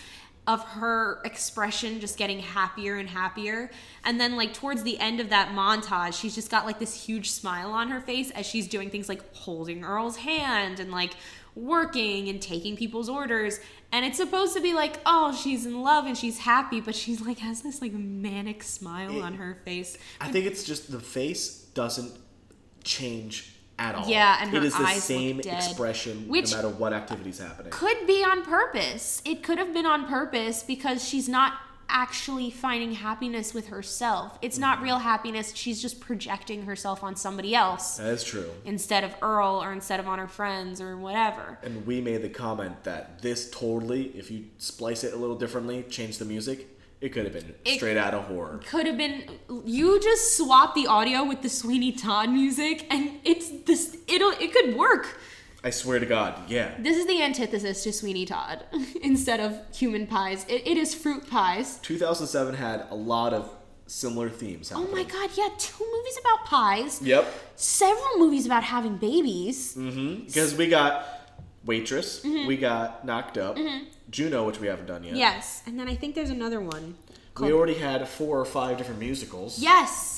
of her expression just getting happier and happier and then like towards the end of that montage she's just got like this huge smile on her face as she's doing things like holding Earl's hand and like working and taking people's orders and it's supposed to be like oh she's in love and she's happy but she's like has this like manic smile on her face I think it's just the face doesn't change at all. Yeah, and her it is eyes the look same dead. expression Which- no matter what activity's happening. could be on purpose. It could have been on purpose because she's not actually finding happiness with herself. It's not real happiness. She's just projecting herself on somebody else That is true. instead of Earl or instead of on her friends or whatever. And we made the comment that this totally, if you splice it a little differently, change the music, it could have been It- straight out of horror. Could have been you just swap the audio with the Sweeney Todd music and it's this it'll it could work. I swear to God, yeah. This is the antithesis to Sweeney Todd instead of human pies. It, it is fruit pies. 2007 had a lot of similar themes Oh happening. my god, yeah, two movies about pies. Yep. several movies about having babies. Because we got Waitress, Mm-hmm. we got Knocked Up, Juno, which we haven't done yet. Yes, and then I think there's another one. We already had four or five different musicals. Yes.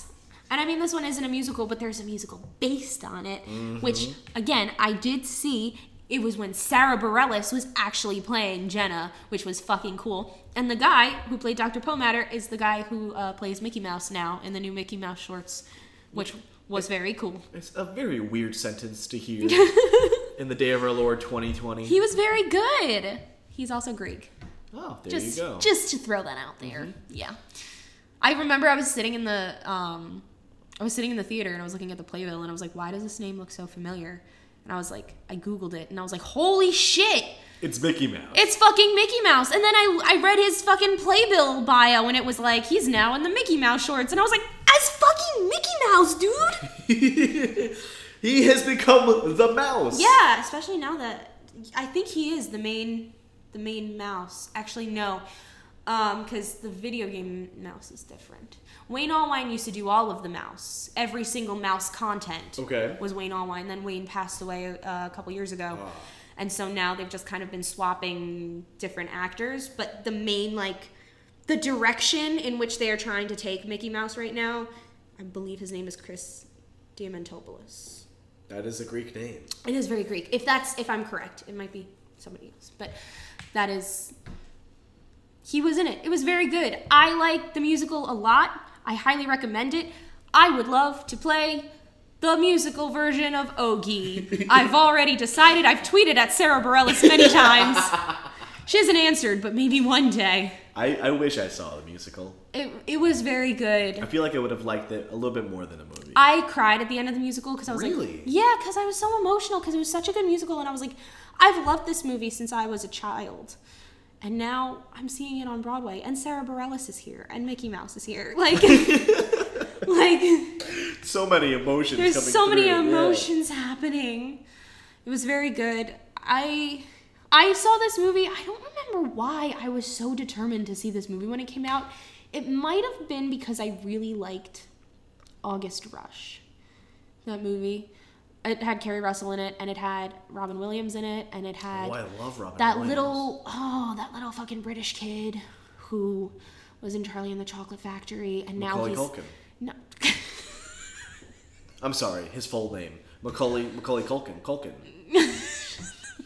And I mean, this one isn't a musical, but there's a musical based on it, which, again, I did see. It was when Sarah Bareilles was actually playing Jenna, which was fucking cool. And the guy who played Dr. Pomatter is the guy who uh, plays Mickey Mouse now in the new Mickey Mouse shorts, which was very cool. It's a very weird sentence to hear in the day of our Lord 2020. He was very good. He's also Greek. oh, there just you go. Mm-hmm. just to throw that out there. Yeah. I remember I was sitting in the um I was sitting in the theater and I was looking at the playbill and I was like, why does this name look so familiar? And I was like, I googled it and I was like, holy shit, it's Mickey Mouse. it's fucking Mickey Mouse. And then I I read his fucking playbill bio and it was like, he's now in the Mickey Mouse shorts and I was like, as fucking Mickey Mouse, dude. he has become the mouse. Yeah, especially now that I think he is the main the main mouse. Actually, no, because the video game mouse is different. Wayne Allwine used to do all of the mouse, every single mouse content. Okay. was Wayne Allwine. Then Wayne passed away uh, a couple years ago. Ah. And so now they've just kind of been swapping different actors, but the main like the direction in which they are trying to take Mickey Mouse right now, I believe his name is Chris Diamantopoulos. That is a Greek name. It is very Greek. If that's if I'm correct, it might be somebody else, but that is he was in it. It was very good. I like the musical a lot. I highly recommend it. I would love to play the musical version of Ogie. I've already decided. I've tweeted at Sarah Bareilles many times. she hasn't answered, but maybe one day. I, I wish I saw the musical. It, it was very I good. feel like I would have liked it a little bit more than a movie. I cried at the end of the musical because I was Really? like, yeah, because I was so emotional because it was such a good musical, and I was like, I've loved this movie since I was a child, and now I'm seeing it on Broadway, and Sarah Bareilles is here, and Mickey Mouse is here, like, like so many emotions. there's coming so many through, yeah. emotions happening. It was very good. I I saw this movie. I don't remember why I was so determined to see this movie when it came out. It might have been because I really liked August Rush. That movie. It had Carrie Russell in it, and it had Robin Williams in it, and it had Oh, I love Robin. that Williams. little oh that little fucking british kid who was in charlie and the chocolate factory and now Macaulay he's Culkin. no I'm sorry, his full name Macaulay Macaulay Culkin. Culkin.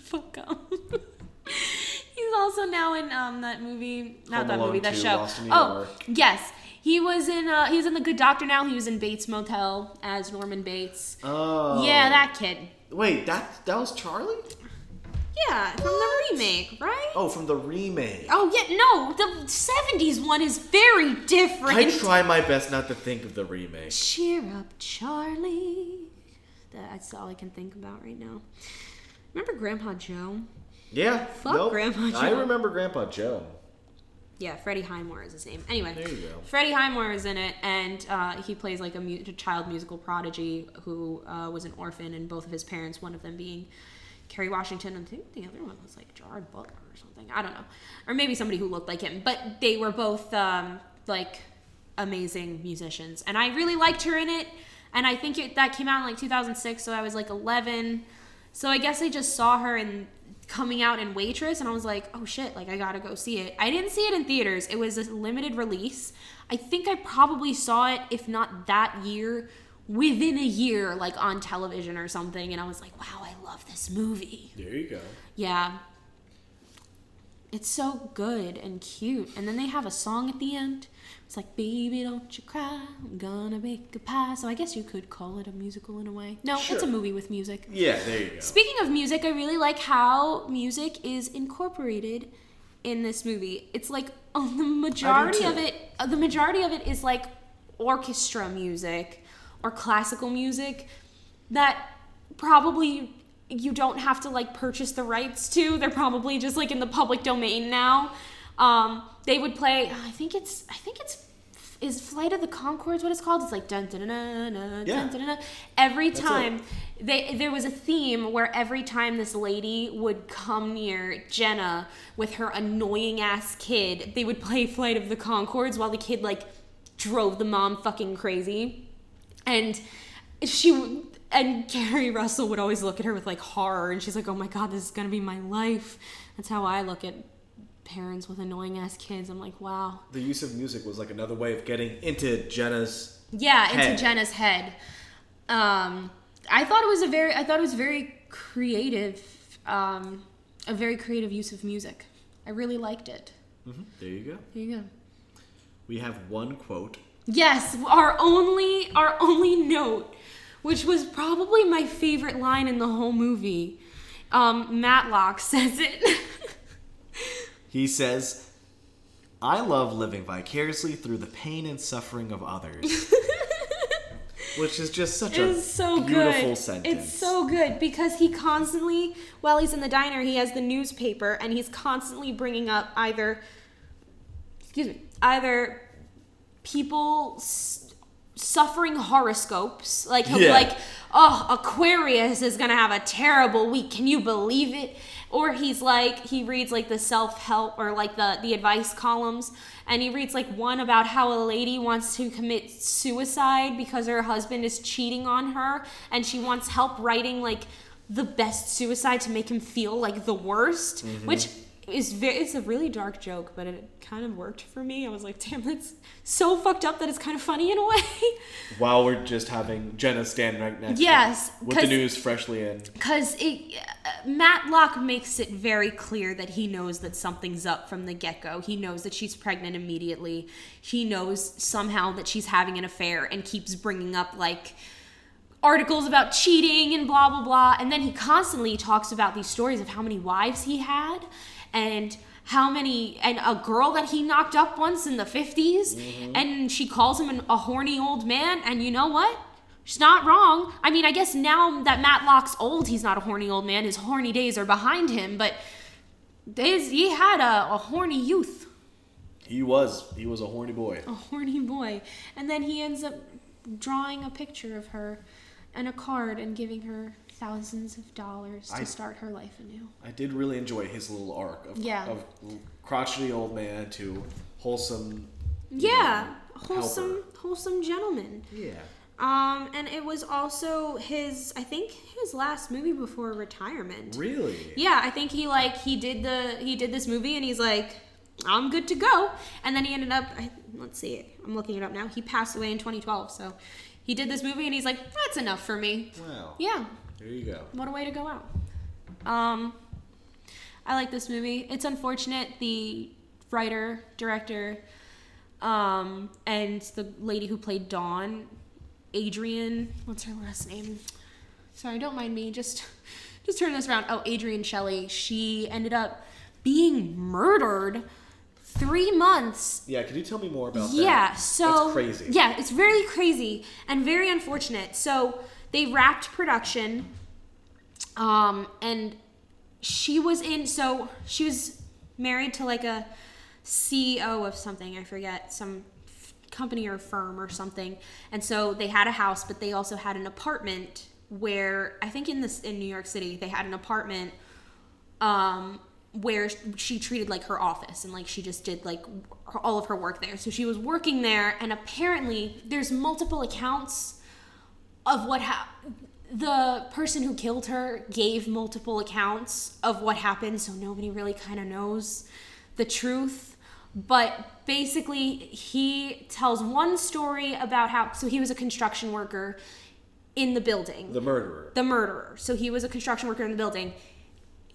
fuck up he's also now in um that movie not Home that Alone movie that 2, show Lost in New oh York. yes he was in uh he's in the good doctor now he was in bates motel as norman bates Oh. yeah that kid Wait, that that was Charlie. Yeah, from the remake, right? Oh, from the remake. Oh yeah, no, the '70s one is very different. I try my best not to think of the remake. Cheer up, Charlie. That's all I can think about right now. Remember Grandpa Joe? Yeah. Fuck nope. Grandpa I Joe. remember Grandpa Joe. Yeah, Freddie Highmore is his name. Anyway, There you go. Freddie Highmore is in it, and uh, he plays like a, mu- a child musical prodigy who uh, was an orphan, and both of his parents, one of them being Kerry Washington, and I think the other one was like Gerard Butler or something. I don't know, or maybe somebody who looked like him. But they were both um, like amazing musicians, and I really liked her in it. And I think it, that came out in like 2006, so I was like 11. So I guess I just saw her in coming out in Waitress, and I was like, oh shit, like I gotta go see it. I didn't see it in theaters. It was a limited release. I think I probably saw it, if not that year, within a year, like on television or something. And I was like, wow, I love this movie. There you go. Yeah. It's so good and cute. And then they have a song at the end. It's like, baby, don't you cry. I'm gonna make a pie. So I guess you could call it a musical in a way. No, it's a Sure. movie with music. Yeah, there you go. Speaking of music, I really like how music is incorporated in this movie. It's like oh, the majority too. of it. uh, The majority of it is like orchestra music or classical music that probably you don't have to like purchase the rights to. They're probably just like in the public domain now. Um, they would play. I think it's. I think it's. Is Flight of the Concords what it's called? It's like dun dun dun dun dun Yeah. dun dun. dun. Every That's time they there was a theme where every time this lady would come near Jenna with her annoying ass kid, they would play Flight of the Concords while the kid like drove the mom fucking crazy. And she w- and Carrie Russell would always look at her with like horror and she's like, "Oh my god, this is going to be my life." That's how I look at parents with annoying ass kids. I'm like, "Wow." the use of music was like another way of getting into Jenna's. yeah head. into jenna's head um i thought it was a very i thought it was very creative um a very creative use of music i really liked it There you go. there you go We have one quote. yes our only our only note which was probably my favorite line in the whole movie um matlock says it He says, "I love living vicariously through the pain and suffering of others," which is just such a It's so beautiful good. sentence. It's so good because he constantly, while he's in the diner, he has the newspaper and he's constantly bringing up either, excuse me, either people s- suffering horoscopes. Like he'll be Yeah. like, oh, Aquarius is gonna have a terrible week. Can you believe it? Or he's like, he reads like the self help or like the the advice columns, and he reads like one about how a lady wants to commit suicide because her husband is cheating on her, and she wants help writing like the best suicide to make him feel like the worst, which is very, it's a really dark joke, but it kind of worked for me. I was like, damn, that's so fucked up that it's kind of funny in a way. While we're just having Jenna stand right next. Yes, to him with the 'cause- news freshly in. Because it, uh, Matlock makes it very clear that he knows that something's up from the get go. He knows that she's pregnant immediately. He knows somehow that she's having an affair and keeps bringing up like articles about cheating and blah, blah, blah. And then he constantly talks about these stories of how many wives he had and how many, and a girl that he knocked up once in the 50s. And she calls him an, a horny old man. And you know what? She's not wrong. I mean, I guess now that Matlock's old, he's not a horny old man. His horny days are behind him, but days he had a, a horny youth, He was he was a horny boy. a horny boy. And then he ends up drawing a picture of her and a card and giving her thousands of dollars to I- start her life anew. I did really enjoy his little arc of, Yeah. of crotchety old man to wholesome. Yeah, Helper. wholesome, wholesome gentleman. Yeah. Um, and it was also his, I think, his last movie before retirement. Really? Yeah, I think he like he did the he did this movie and he's like, I'm good to go. And then he ended up I, let's see, I'm looking it up now. He passed away in 2012, so he did this movie and he's like, that's enough for me. Wow. Yeah, There you go. what a way to go out. Um, I like this movie. It's unfortunate the writer, director, um, and the lady who played Dawn, Adrian. What's her last name? Sorry, don't mind me. Just just turn this around. Oh, Adrian Shelley, she ended up being murdered three months Yeah, could you tell me more about that? yeah, so That's crazy. Yeah, it's very crazy and very unfortunate. So they wrapped production, um, and she was in. So she was married to like a CEO of something. I forget some f- company or firm or something. And so they had a house, but they also had an apartment where I think in this in New York City they had an apartment um, where she treated like her office and like she just did like her- all of her work there. So she was working there, and apparently there's multiple accounts of what happened. The person who killed her gave multiple accounts of what happened, so nobody really kind of knows the truth. But basically, he tells one story about how so he was a construction worker in the building The murderer. the murderer. So he was a construction worker in the building.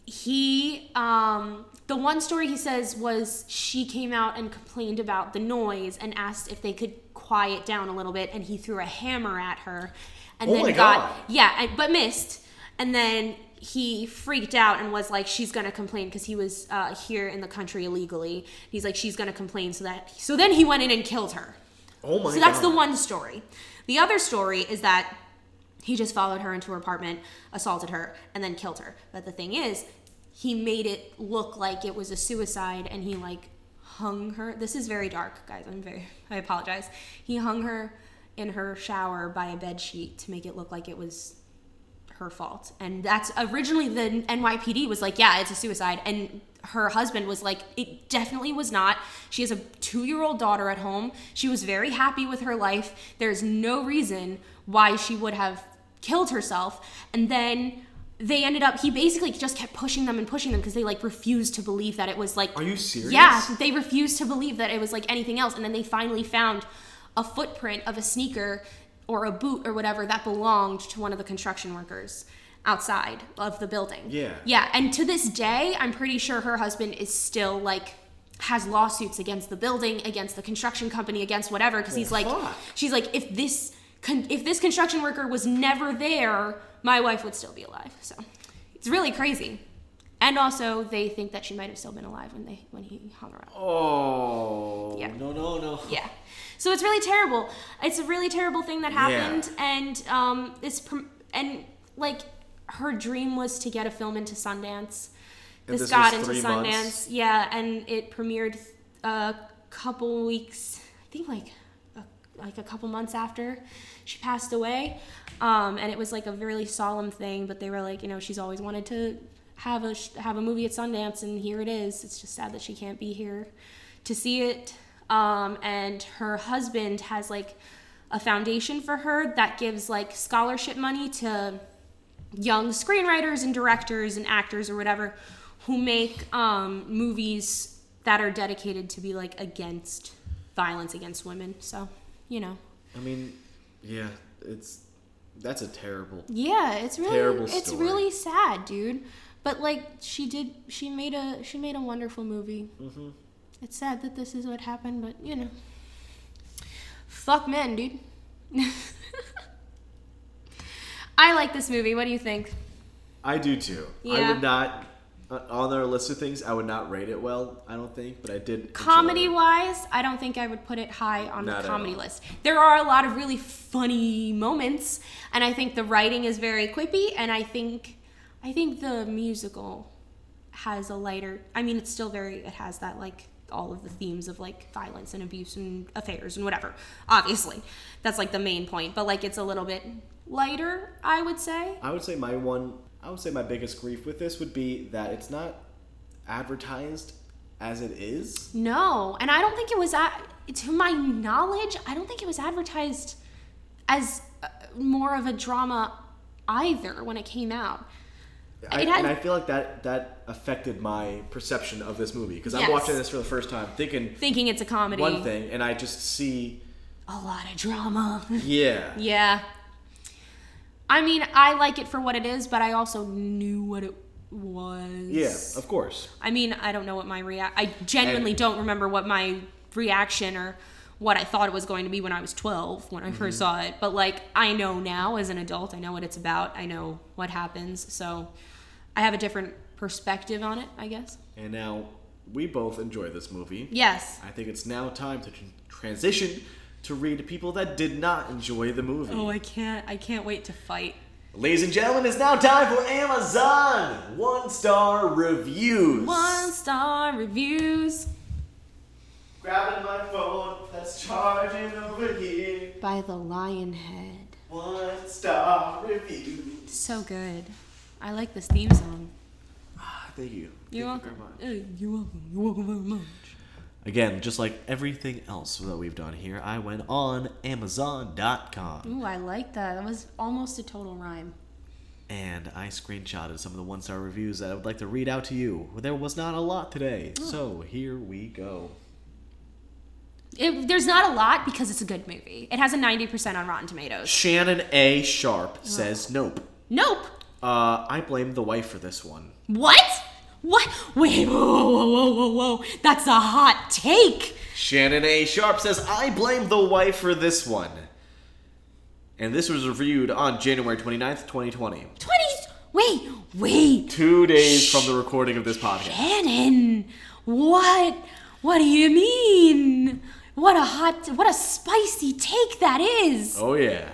He, um, the one story he says was she came out and complained about the noise and asked if they could quiet down a little bit, and he threw a hammer at her, and Oh then my got God. yeah, and, but missed, and then he freaked out and was like, she's gonna complain because he was uh, here in the country illegally. He's like, she's gonna complain, so that so then he went in and killed her. oh my So that's god. the one story. The other story is that he just followed her into her apartment, assaulted her, and then killed her. But the thing is, he made it look like it was a suicide and he like hung her. This is very dark, guys. I'm very I apologize. He hung her in her shower by a bed sheet to make it look like it was her fault. And that's originally the NYPD was like, yeah, it's a suicide. And her husband was like, it definitely was not. She has a two year old daughter at home. She was very happy with her life. There's no reason why she would have killed herself. And then they ended up, he basically just kept pushing them and pushing them because they like refused to believe that it was like. Are you serious? Yeah, they refused to believe that it was like anything else. And then they finally found a footprint of a sneaker or a boot or whatever that belonged to one of the construction workers outside of the building. Yeah. Yeah. And to this day, I'm pretty sure her husband is still like, has lawsuits against the building, against the construction company, against whatever, because he's like, fuck. she's like, if this, con- if this construction worker was never there, my wife would still be alive. So it's really crazy. And also, they think that she might have still been alive when they when he hung around. Oh. Yeah. No, no, no. Yeah. So it's really terrible. It's a really terrible thing that happened, and um, it's prom- and like her dream was to get a film into Sundance. And This, this got was into three Sundance, months? yeah, and it premiered a couple weeks, I think like a, like a couple months after she passed away, um, and it was like a really solemn thing. But they were like, you know, she's always wanted to have a sh- have a movie at Sundance, and here it is. It's just sad that she can't be here to see it. Um, and her husband has like a foundation for her that gives like scholarship money to young screenwriters and directors and actors or whatever who make um, movies that are dedicated to be like against violence against women. So, you know. I mean, yeah, it's that's a terrible. Yeah, it's really Terrible it's story. really sad, dude. But like she did she made a she made a wonderful movie. Mm-hmm. It's sad that this is what happened, but you know. Fuck men, dude. I like this movie. What do you think? I do too. I Yeah. would not uh, on our list of things. I would not rate it well. I don't think, but I did enjoy comedy it. wise, I don't think I would put it high on Not the at comedy all. list. There are a lot of really funny moments, and I think the writing is very quippy, and I think I think the musical has a lighter. I mean, it's still very. It has that like all of the themes of like violence and abuse and affairs and whatever. Obviously, that's like the main point, but like it's a little bit lighter, I would say. I would say my one. I would say my biggest grief with this would be that it's not advertised as it is. No, and I don't think it was at, to my knowledge. I don't think it was advertised as uh, more of a drama either when it came out. I, It had- and I feel like that that affected my perception of this movie because Yes. I'm watching this for the first time, thinking Thinking it's a comedy, one thing, and I just see a lot of drama. yeah. yeah, I mean, I like it for what it is, but I also knew what it was. Yeah, of course. I mean, I don't know what my react. I genuinely And- don't remember what my reaction or what I thought it was going to be when I was 12 when I Mm-hmm. first saw it. But like, I know now as an adult, I know what it's about. I know what happens. So I have a different perspective on it, I guess. And now we both enjoy this movie. Yes. I think it's now time to tr- transition to read people that did not enjoy the movie. Oh, I can't. I can't wait to fight. Ladies and gentlemen, it's now time for Amazon one star reviews. One star reviews. Grabbing my phone that's charging over here. By the lion head. One star reviews. So good. I like this theme song. Ah, Thank you. You're Thank welcome. very much. Uh, You're welcome. You're welcome very much. Again, just like everything else that we've done here, I went on Amazon.com Ooh, I like that. That was almost a total rhyme. and I screenshotted some of the one star reviews that I would like to read out to you. There was not a lot today, so here we go. It, there's not a lot because it's a good movie. It has a 90% on Rotten Tomatoes. Shannon A. Sharp says nope. Nope. Uh, I blame the wife for this one. What? What? Wait, whoa, whoa, whoa, whoa, whoa. That's a hot take. Shannon A. Sharp says, I blame the wife for this one. And this was reviewed on January 29th, 2020. 20. Wait, wait. Two days from the recording of this podcast. Shannon, what? What do you mean? What a hot, what a spicy take that is. Oh, yeah.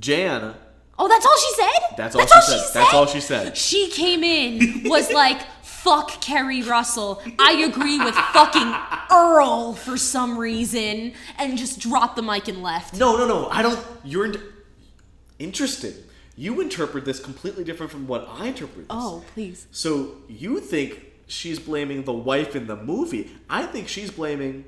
Jan, Oh, that's all she said? that's all, she, said. That's all she said. She came in, was like, fuck Kerry Russell. I agree with fucking Earl for some reason, and just dropped the mic and left. No, no, no. I don't. You're. In- interesting. You interpret this completely different from what I interpret this. Oh, please. So you think she's blaming the wife in the movie? I think she's blaming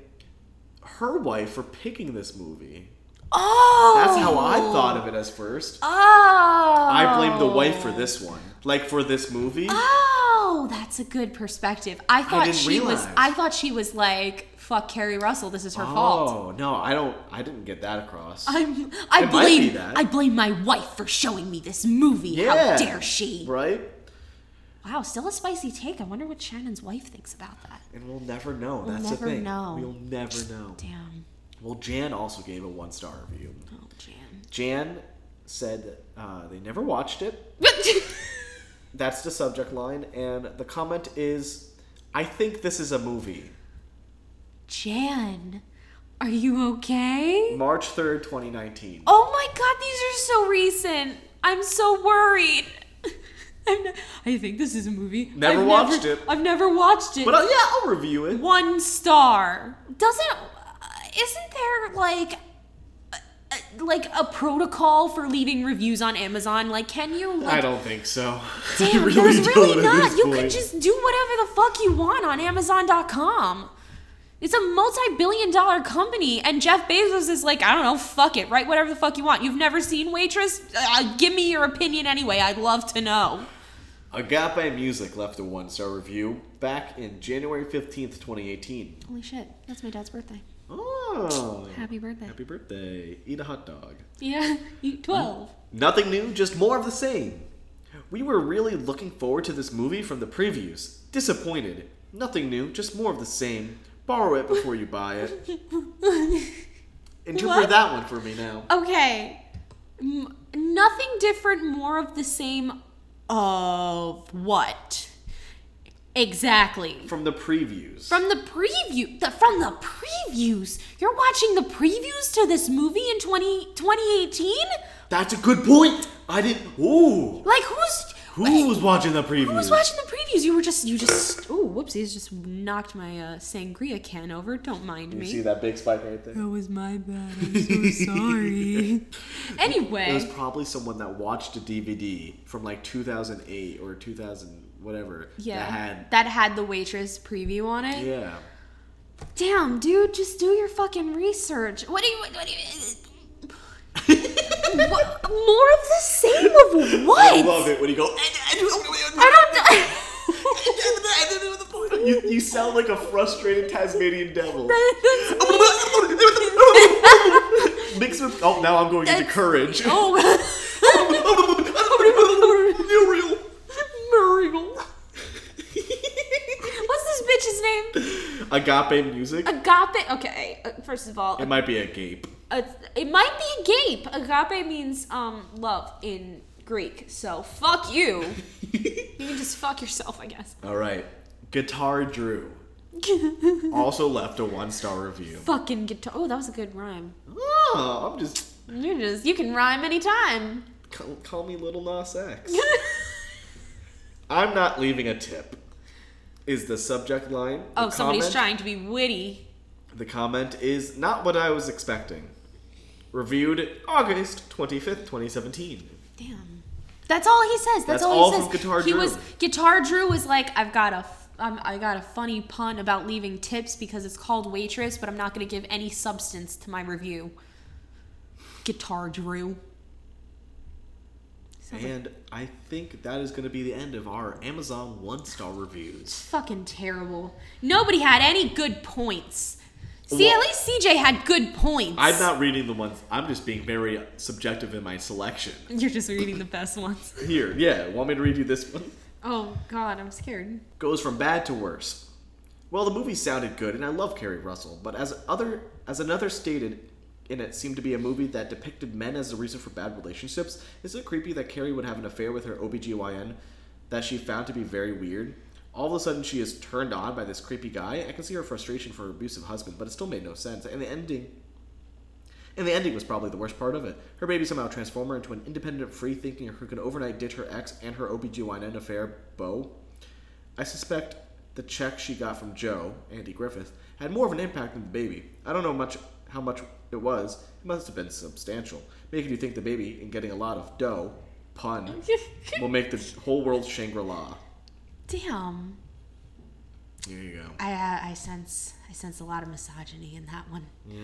her wife for picking this movie. Oh! That's how I thought of it as first. Oh! I blame the wife for this one, like for this movie. Oh, that's a good perspective. I thought didn't she was. realize. I thought she was like, "Fuck Carrie Russell. This is her fault." Oh no, I don't. I didn't get that across. I'm, I It might blame. be that. I blame my wife for showing me this movie. Yeah. How dare she? Right? Wow, still a spicy take. I wonder what Shannon's wife thinks about that. And we'll never know. That's the never thing. know. We'll never know. Damn. Well, Jan also gave a one-star review. Oh, Jan. Jan said uh, they never watched it. That's the subject line, and the comment is, "I think this is a movie." Jan, are you okay? March third, twenty nineteen. Oh my god, these are so recent. I'm so worried. I'm not, I think this is a movie. Never I've watched never- it. I've never watched it. But uh, yeah, I'll review it. One star. Doesn't isn't there like a- a- like a protocol for leaving reviews on Amazon? Like, can you? Like, I don't think so. Damn, Really there's don't really at not. this You can point. just do whatever the fuck you want on Amazon.com. It's a multi-billion dollar company, and Jeff Bezos is like, I don't know, fuck it, write whatever the fuck you want. You've never seen Waitress? Uh, give me your opinion anyway. I'd love to know. Agape Music left a one star review back in January 15th, 2018. Holy shit, that's my dad's birthday. Oh. Happy birthday. Happy birthday. Eat a hot dog. Yeah, you- twelve. Nothing new, just more of the same. We were really looking forward to this movie from the previews. Disappointed. Nothing new, just more of the same. Borrow it before you buy it. Interpret What? Uh, that one for me now. Okay. M- nothing different, more of the same. Of what? Exactly. From the previews. From the preview, the, from the previews, you're watching the previews to this movie in 20, 2018? That's a good point! I didn't. Ooh! Like who's Who was watching the previews? who was watching the previews? You were just you just oh whoopsies just knocked my uh, sangria can over. Don't mind You me. see that big spike right there? That was my bad. I'm so sorry. It was anyway, probably someone that watched a DVD from like 2008 or 2000 whatever. yeah, That had the waitress preview on it. yeah. Damn, dude, just do your fucking research. What do you? What do you? what, more of the same of what? I love it when you go. I you, you sound like a frustrated Tasmanian devil. don't. Mixed with oh, now I'm going into That's- courage. oh. Muriel. Muriel. What's this bitch's name? Agape music. Agape. Okay, uh, first of all, It might be a gape. uh, it might be a gape. Agape means um love in Greek, so fuck you. you can just fuck yourself, I guess. All right. Guitar Drew also left a one star review. Fucking guitar. Oh, that was a good rhyme. Oh, I'm just. You just you can rhyme anytime. Call, call me Little Nas X. I'm not leaving a tip. Is the subject line. The oh, somebody's comment- trying to be witty. The comment is not what I was expecting. Reviewed August 25th, 2017. Damn. That's all he says. That's, That's all, all he from says. Guitar he Drew. was Guitar Drew was like, I've got a f- um, I got a funny pun about leaving tips because it's called waitress, but I'm not going to give any substance to my review. Guitar Drew. And I think that is going to be the end of our Amazon one star reviews. Fucking terrible. Nobody had any good points. See, Well- at least CJ had good points. I'm not reading the ones, I'm just being very subjective in my selection. You're just reading the best ones. Here, yeah, want me to read you this one? Oh God, I'm scared. goes from bad to worse. Well, the movie sounded good, and I love Carrie Russell, but as other as another stated in it seemed to be a movie that depicted men as the reason for bad relationships, is it creepy that Carrie would have an affair with her OBGYN that she found to be very weird? All of a sudden, she is turned on by this creepy guy. I can see her frustration for her abusive husband, but it still made no sense. And the ending and the ending was probably the worst part of it. Her baby somehow transformed her into an independent, free thinking who can overnight ditch her ex and her OBGYN affair, Bo. I suspect the check she got from Joe, Andy Griffith, had more of an impact than the baby. I don't know much how much it was. It must have been substantial, making you think the baby and getting a lot of dough, pun, will make the whole world Shangri La. Damn. There you go. I uh, I sense I sense a lot of misogyny in that one. Yeah.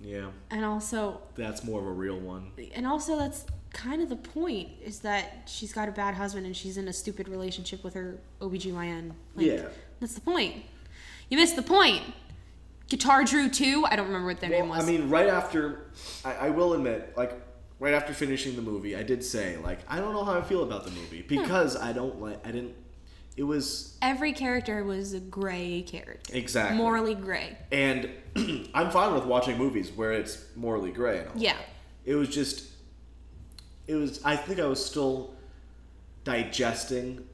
Yeah. And also, That's more of a real one. and also that's kind of the point is that she's got a bad husband and she's in a stupid relationship with her OBGYN. Like, Yeah. That's the point. You missed the point. Guitar Drew 2, I don't remember what their name Well, was. I mean, right after, I, I will admit, like, right after finishing the movie, I did say, like, I don't know how I feel about the movie Hmm. because I don't like, I didn't, it was, Every character was a gray character. Exactly. Morally gray. and I'm fine with watching movies where it's morally gray and all. Yeah. It was just, it was, I think I was still digesting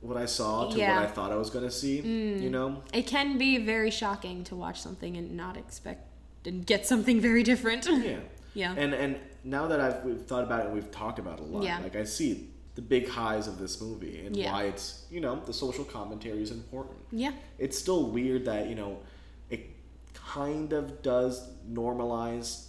what I saw to Yeah. Mm. what I thought I was going to see, you know? It can be very shocking to watch something and not expect and get something very different. Yeah. Yeah. And and now that I've we've thought about it and we've talked about it a lot, Yeah. like I see the big highs of this movie and Yeah. why it's you know the social commentary is important. Yeah. It's still weird that you know it kind of does normalize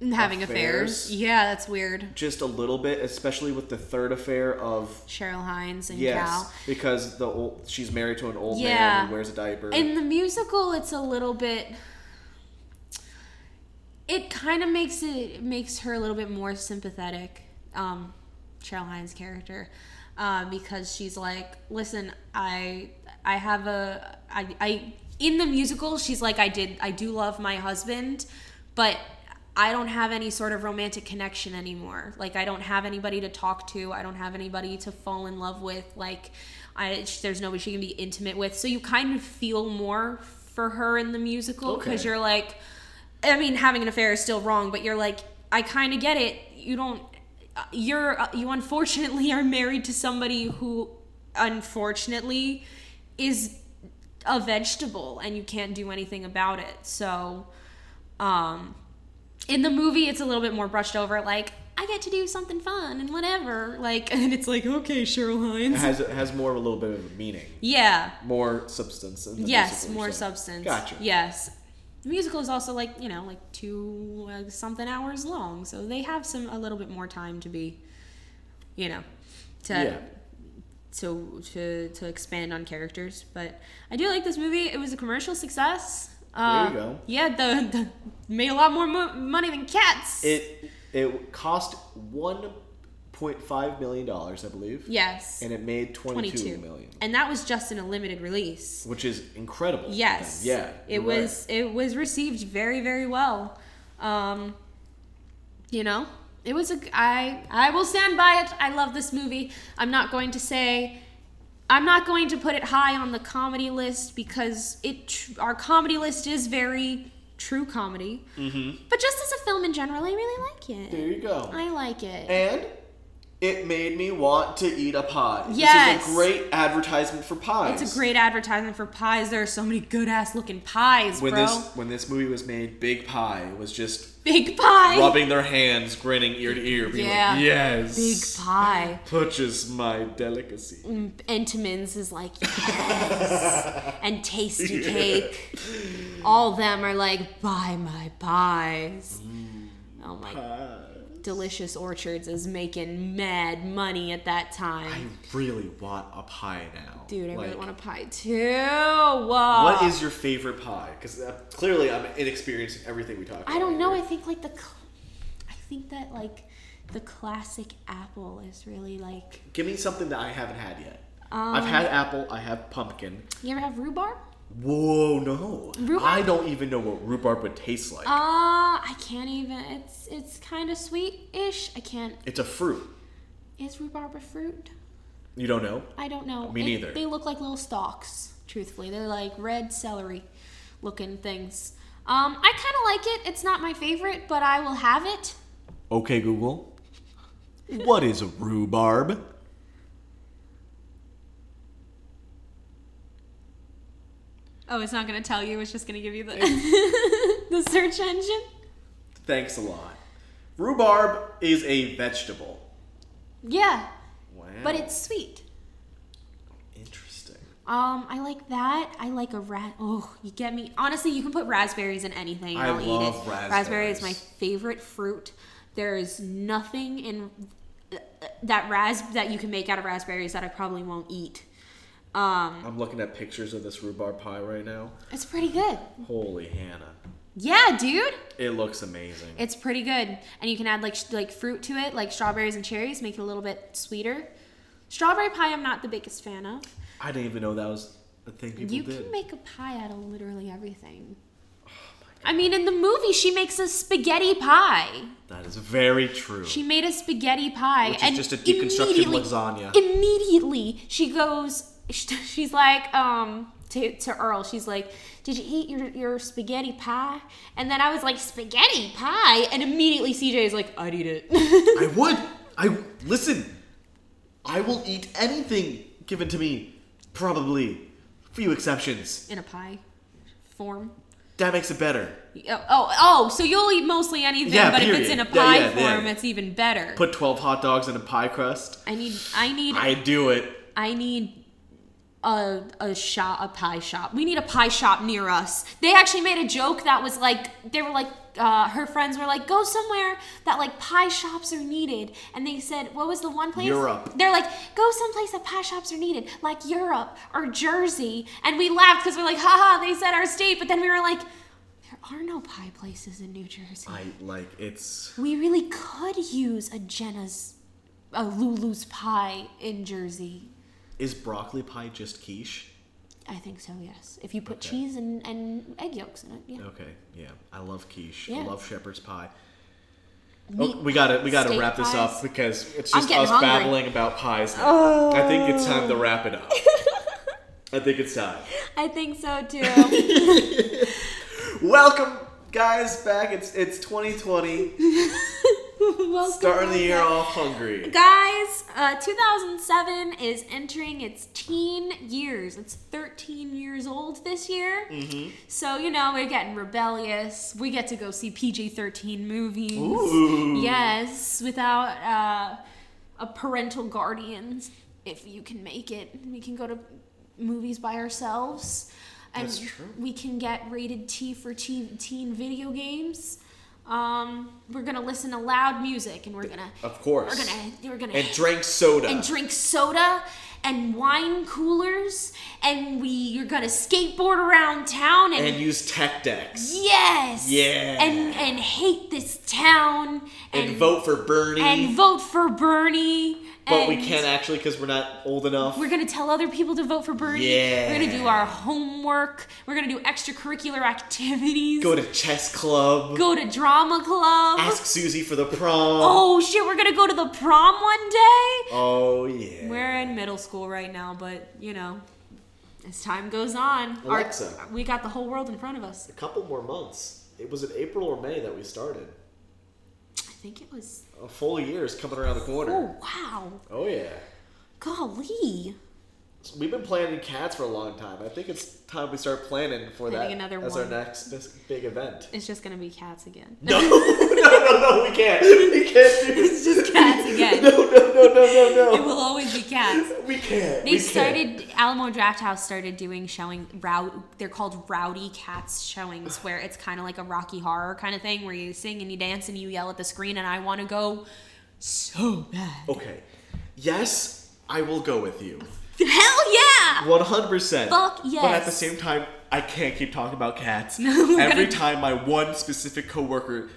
And having Affairs. affairs. Yeah, that's weird. just a little bit, especially with the third affair of. Cheryl Hines and Yes, Cal. because the old she's married to an old man Yeah. who wears a diaper. In the musical, it's a little bit. It kind of makes it makes her a little bit more sympathetic, um, Cheryl Hines' character, uh, because she's like, listen, I I have a I I in the musical she's like I did I do love my husband, but I don't have any sort of romantic connection anymore. Like I don't have anybody to talk to. I don't have anybody to fall in love with. Like I sh- there's nobody she can be intimate with. So you kind of feel more for her in the musical because Okay. you're like I mean having an affair is still wrong, but you're like I kind of get it. You don't you're you unfortunately are married to somebody who unfortunately is a vegetable and you can't do anything about it. So um in the movie it's a little bit more brushed over like I get to do something fun and whatever. Like and it's like okay, Cheryl it Hines. has it has more of a little bit of a meaning, Yeah. more substance. In the Yes, musical, you're more saying. substance. Gotcha. Yes. The musical is also like, you know, like two uh, something hours long, so they have some a little bit more time to be you know, to Yeah. to to to expand on characters. But I do like this movie. It was a commercial success. Uh, you go. Yeah, the, the made a lot more mo- money than Cats. It it cost one point five million dollars, I believe. yes, And it made twenty two twenty-two million. and that was just in a limited release. Which is incredible. for them. Yes. Yeah. It you're was it was received very very well. Um you know, it was a g- I I will stand by it. I love this movie. I'm not going to say I'm not going to put it high on the comedy list because it tr- our comedy list is very true comedy. Mm-hmm. But just as a film in general, I really like Right. There it. you go. I like it. and It made me want to eat a pie. Yes. This is a great advertisement for pies. It's a great advertisement for pies. There are so many good ass looking pies, When bro. this when this movie was made, Big Pie was just Big pie. rubbing their hands, grinning ear to ear, being Yeah. like, "Yes, Big pie. Mm. purchase my delicacy." Entenmann's is like yes, and tasty cake. All them are like buy my pies. Mm. Oh my, delicious orchards is making mad money at that time. I really want a pie now, Dude, I really Like, want a pie too. Whoa. What is your favorite pie? Because uh, clearly, I'm inexperienced in everything we talk about. I don't know. I here. think like the, cl- I think that like the classic apple is really like. Give me something that I haven't had yet. I've Um, had apple. I have pumpkin. You ever have rhubarb? Whoa, no! Rhubarb? I don't even know what rhubarb would taste like. Uh, I can't even. It's it's kind of sweet-ish. I can't. it's a fruit. Is rhubarb a fruit? You don't know? I don't know. Me It- neither. They look like little stalks. Truthfully, they're like red celery, looking things. Um, I kind of like it. It's not my favorite, but I will have it. Okay, Google. What is rhubarb? Oh, it's not gonna tell you. It's just gonna give you the the search engine. Thanks a lot. Rhubarb is a vegetable. Yeah, Wow. but it's sweet. interesting. Um, I like that. I like a rat. Oh, you get me. Honestly, you can put raspberries in anything. and I I'll love eat it. raspberries. Raspberry is my favorite fruit. There is nothing in that ras that you can make out of raspberries that I probably won't eat. Um, I'm looking at pictures of this rhubarb pie right now. it's pretty good. Holy Hannah. Yeah, dude, It looks amazing. it's pretty good. And you can add like sh- like fruit to it, like strawberries and cherries, make it a little bit sweeter. Strawberry pie, I'm not the biggest fan of. I didn't even know that was a thing people You did. Oh can make a pie out of literally everything. I mean, in the movie, she makes a spaghetti pie. that is very true. She made a spaghetti pie, Which is and just a deconstructed immediately- lasagna. Immediately, she goes. She's like, um, to, to Earl, she's like, "Did you eat your, your spaghetti pie?" And then I was like, "Spaghetti pie," and immediately CJ is like, "I'd eat it." I would. I listen. I will eat anything given to me. Probably, few exceptions. in a pie form. That makes it better. Oh, oh, oh, so you'll eat mostly anything, Yeah, but if it's period. in a Yeah, pie yeah, yeah. form, it's even better. Put twelve hot dogs in a pie crust. I need, I need I do it. I need a a shop, a pie shop. We need a pie shop near us. They actually made a joke that was like they were like uh, her friends were like go somewhere that like pie shops are needed, and they said what was the one place? Europe. They're like go someplace that pie shops are needed, like Europe or Jersey, and we laughed because we're like haha they said our state, but then we were like there are no pie places in New Jersey. I like it's. we really could use a Jenna's, a Lulu's pie in Jersey. Is broccoli pie just quiche? I think so, yes. If you put Okay. cheese and, and egg yolks in it, yeah. Okay, yeah. I love quiche. I Yeah. love shepherd's pie. Meat- oh, we gotta we gotta steak wrap this pies. up because it's I'm just getting us hungry. babbling about pies now. I think it's time to wrap it up. I think it's time. I think so too. Welcome guys back. It's it's 2020. Welcome Starting the year back. off hungry. Guys, uh, 2007 is entering its teen years. It's 13 years old this year. Mm-hmm. So, you know, we're getting rebellious. We get to go see PG 13 movies. Ooh. Yes, without uh, a parental guardian, if you can make it. We can go to movies by ourselves. And That's true. we can get rated T for teen, teen video games. Um, we're gonna listen to loud music, and we're gonna Of course. we're gonna we're gonna and drank soda. and drink soda and wine coolers, and we you're gonna skateboard around town and, and use tech decks. yes, Yeah. and and hate this town And, vote for Bernie. and vote for Bernie. but and we can't actually because we're not old enough. We're gonna tell other people to vote for Bernie. Yeah. We're gonna do our homework. We're gonna do extracurricular activities. Go to chess club. Go to drama club. Ask Susie for the prom. oh shit, we're gonna go to the prom one day. Oh yeah. We're in middle school right now, but you know, as time goes on, our- Alexa. we got the whole world in front of us. a couple more months. It was in April or May that we started. I think it was. A full year is coming around the corner. Oh wow! Oh yeah. Golly! So we've been planning cats for a long time. I think it's time we start planning for that Planning another as our one. next bis- big event. It's just gonna be cats again. No, no, no, no, we can't. We can't do this. It's just cats again. No, no, no, no, It no, will always be cats. no. We can't. They we Can't. started Alamo Draft House started doing showing route. They're called rowdy cats showings, where it's kind of like a Rocky Horror kind of thing, where you sing and you dance and you yell at the screen, and I want to go so bad. Okay. Yes, I will go with you. Hell yeah! One hundred percent. Fuck But at the yes. same time, I can't keep talking about cats. we're Every gonna- time my one specific coworker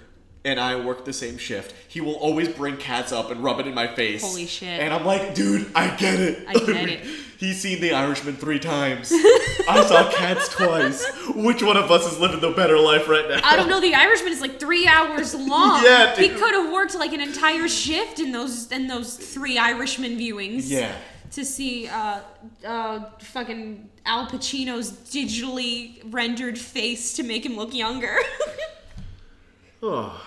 and I work the same shift, he will always bring cats up and rub it in my face. Holy shit. And I'm like, dude, I get it. I get it. He's seen The Irishman three times. I saw cats twice. Which one of us is living the better life right now? I don't know. The Irishman is like three hours long. Yeah, he dude. could have worked like an entire shift in those in those three Irishman viewings. Yeah. to see uh, uh, fucking Al Pacino's digitally rendered face to make him look younger. Oh,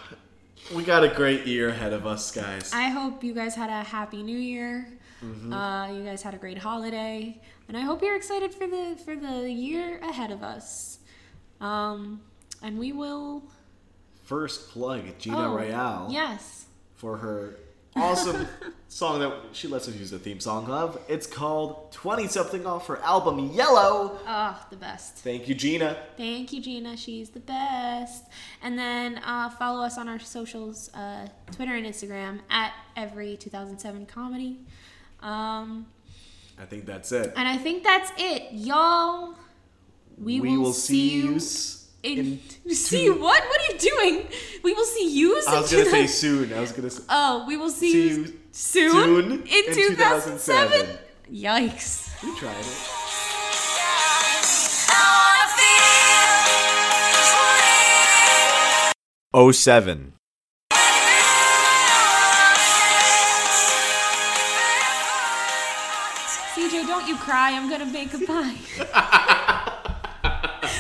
we got a great year ahead of us, guys. I hope you guys had a happy New Year. Mm-hmm. Uh, you guys had a great holiday, and I hope you're excited for the for the year ahead of us. Um, and we will. First plug, Gina Oh, Royale. Yes. for her awesome song that she lets us use the theme song of. It's called 20 something off her album Yellow. Oh, the best. Thank you, Gina. Thank you, Gina. She's the best. And then uh, follow us on our socials uh, Twitter and Instagram at every 2007 comedy. Um, I think that's it. and I think that's it, y'all. We, will, see you. s- In, in see two- what? What are you doing? We will see you. I was gonna say soon. I was gonna say. Oh, we will see, See you you soon, soon in, in 2007. 2007. Yikes. We tried it. O seven. CJ, don't you cry. I'm gonna bake a pie.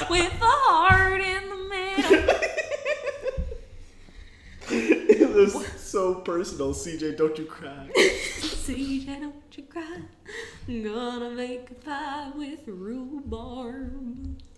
With a heart in the middle. it was so personal. CJ, don't you cry. CJ, don't you cry. I'm gonna bake a pie with rhubarb.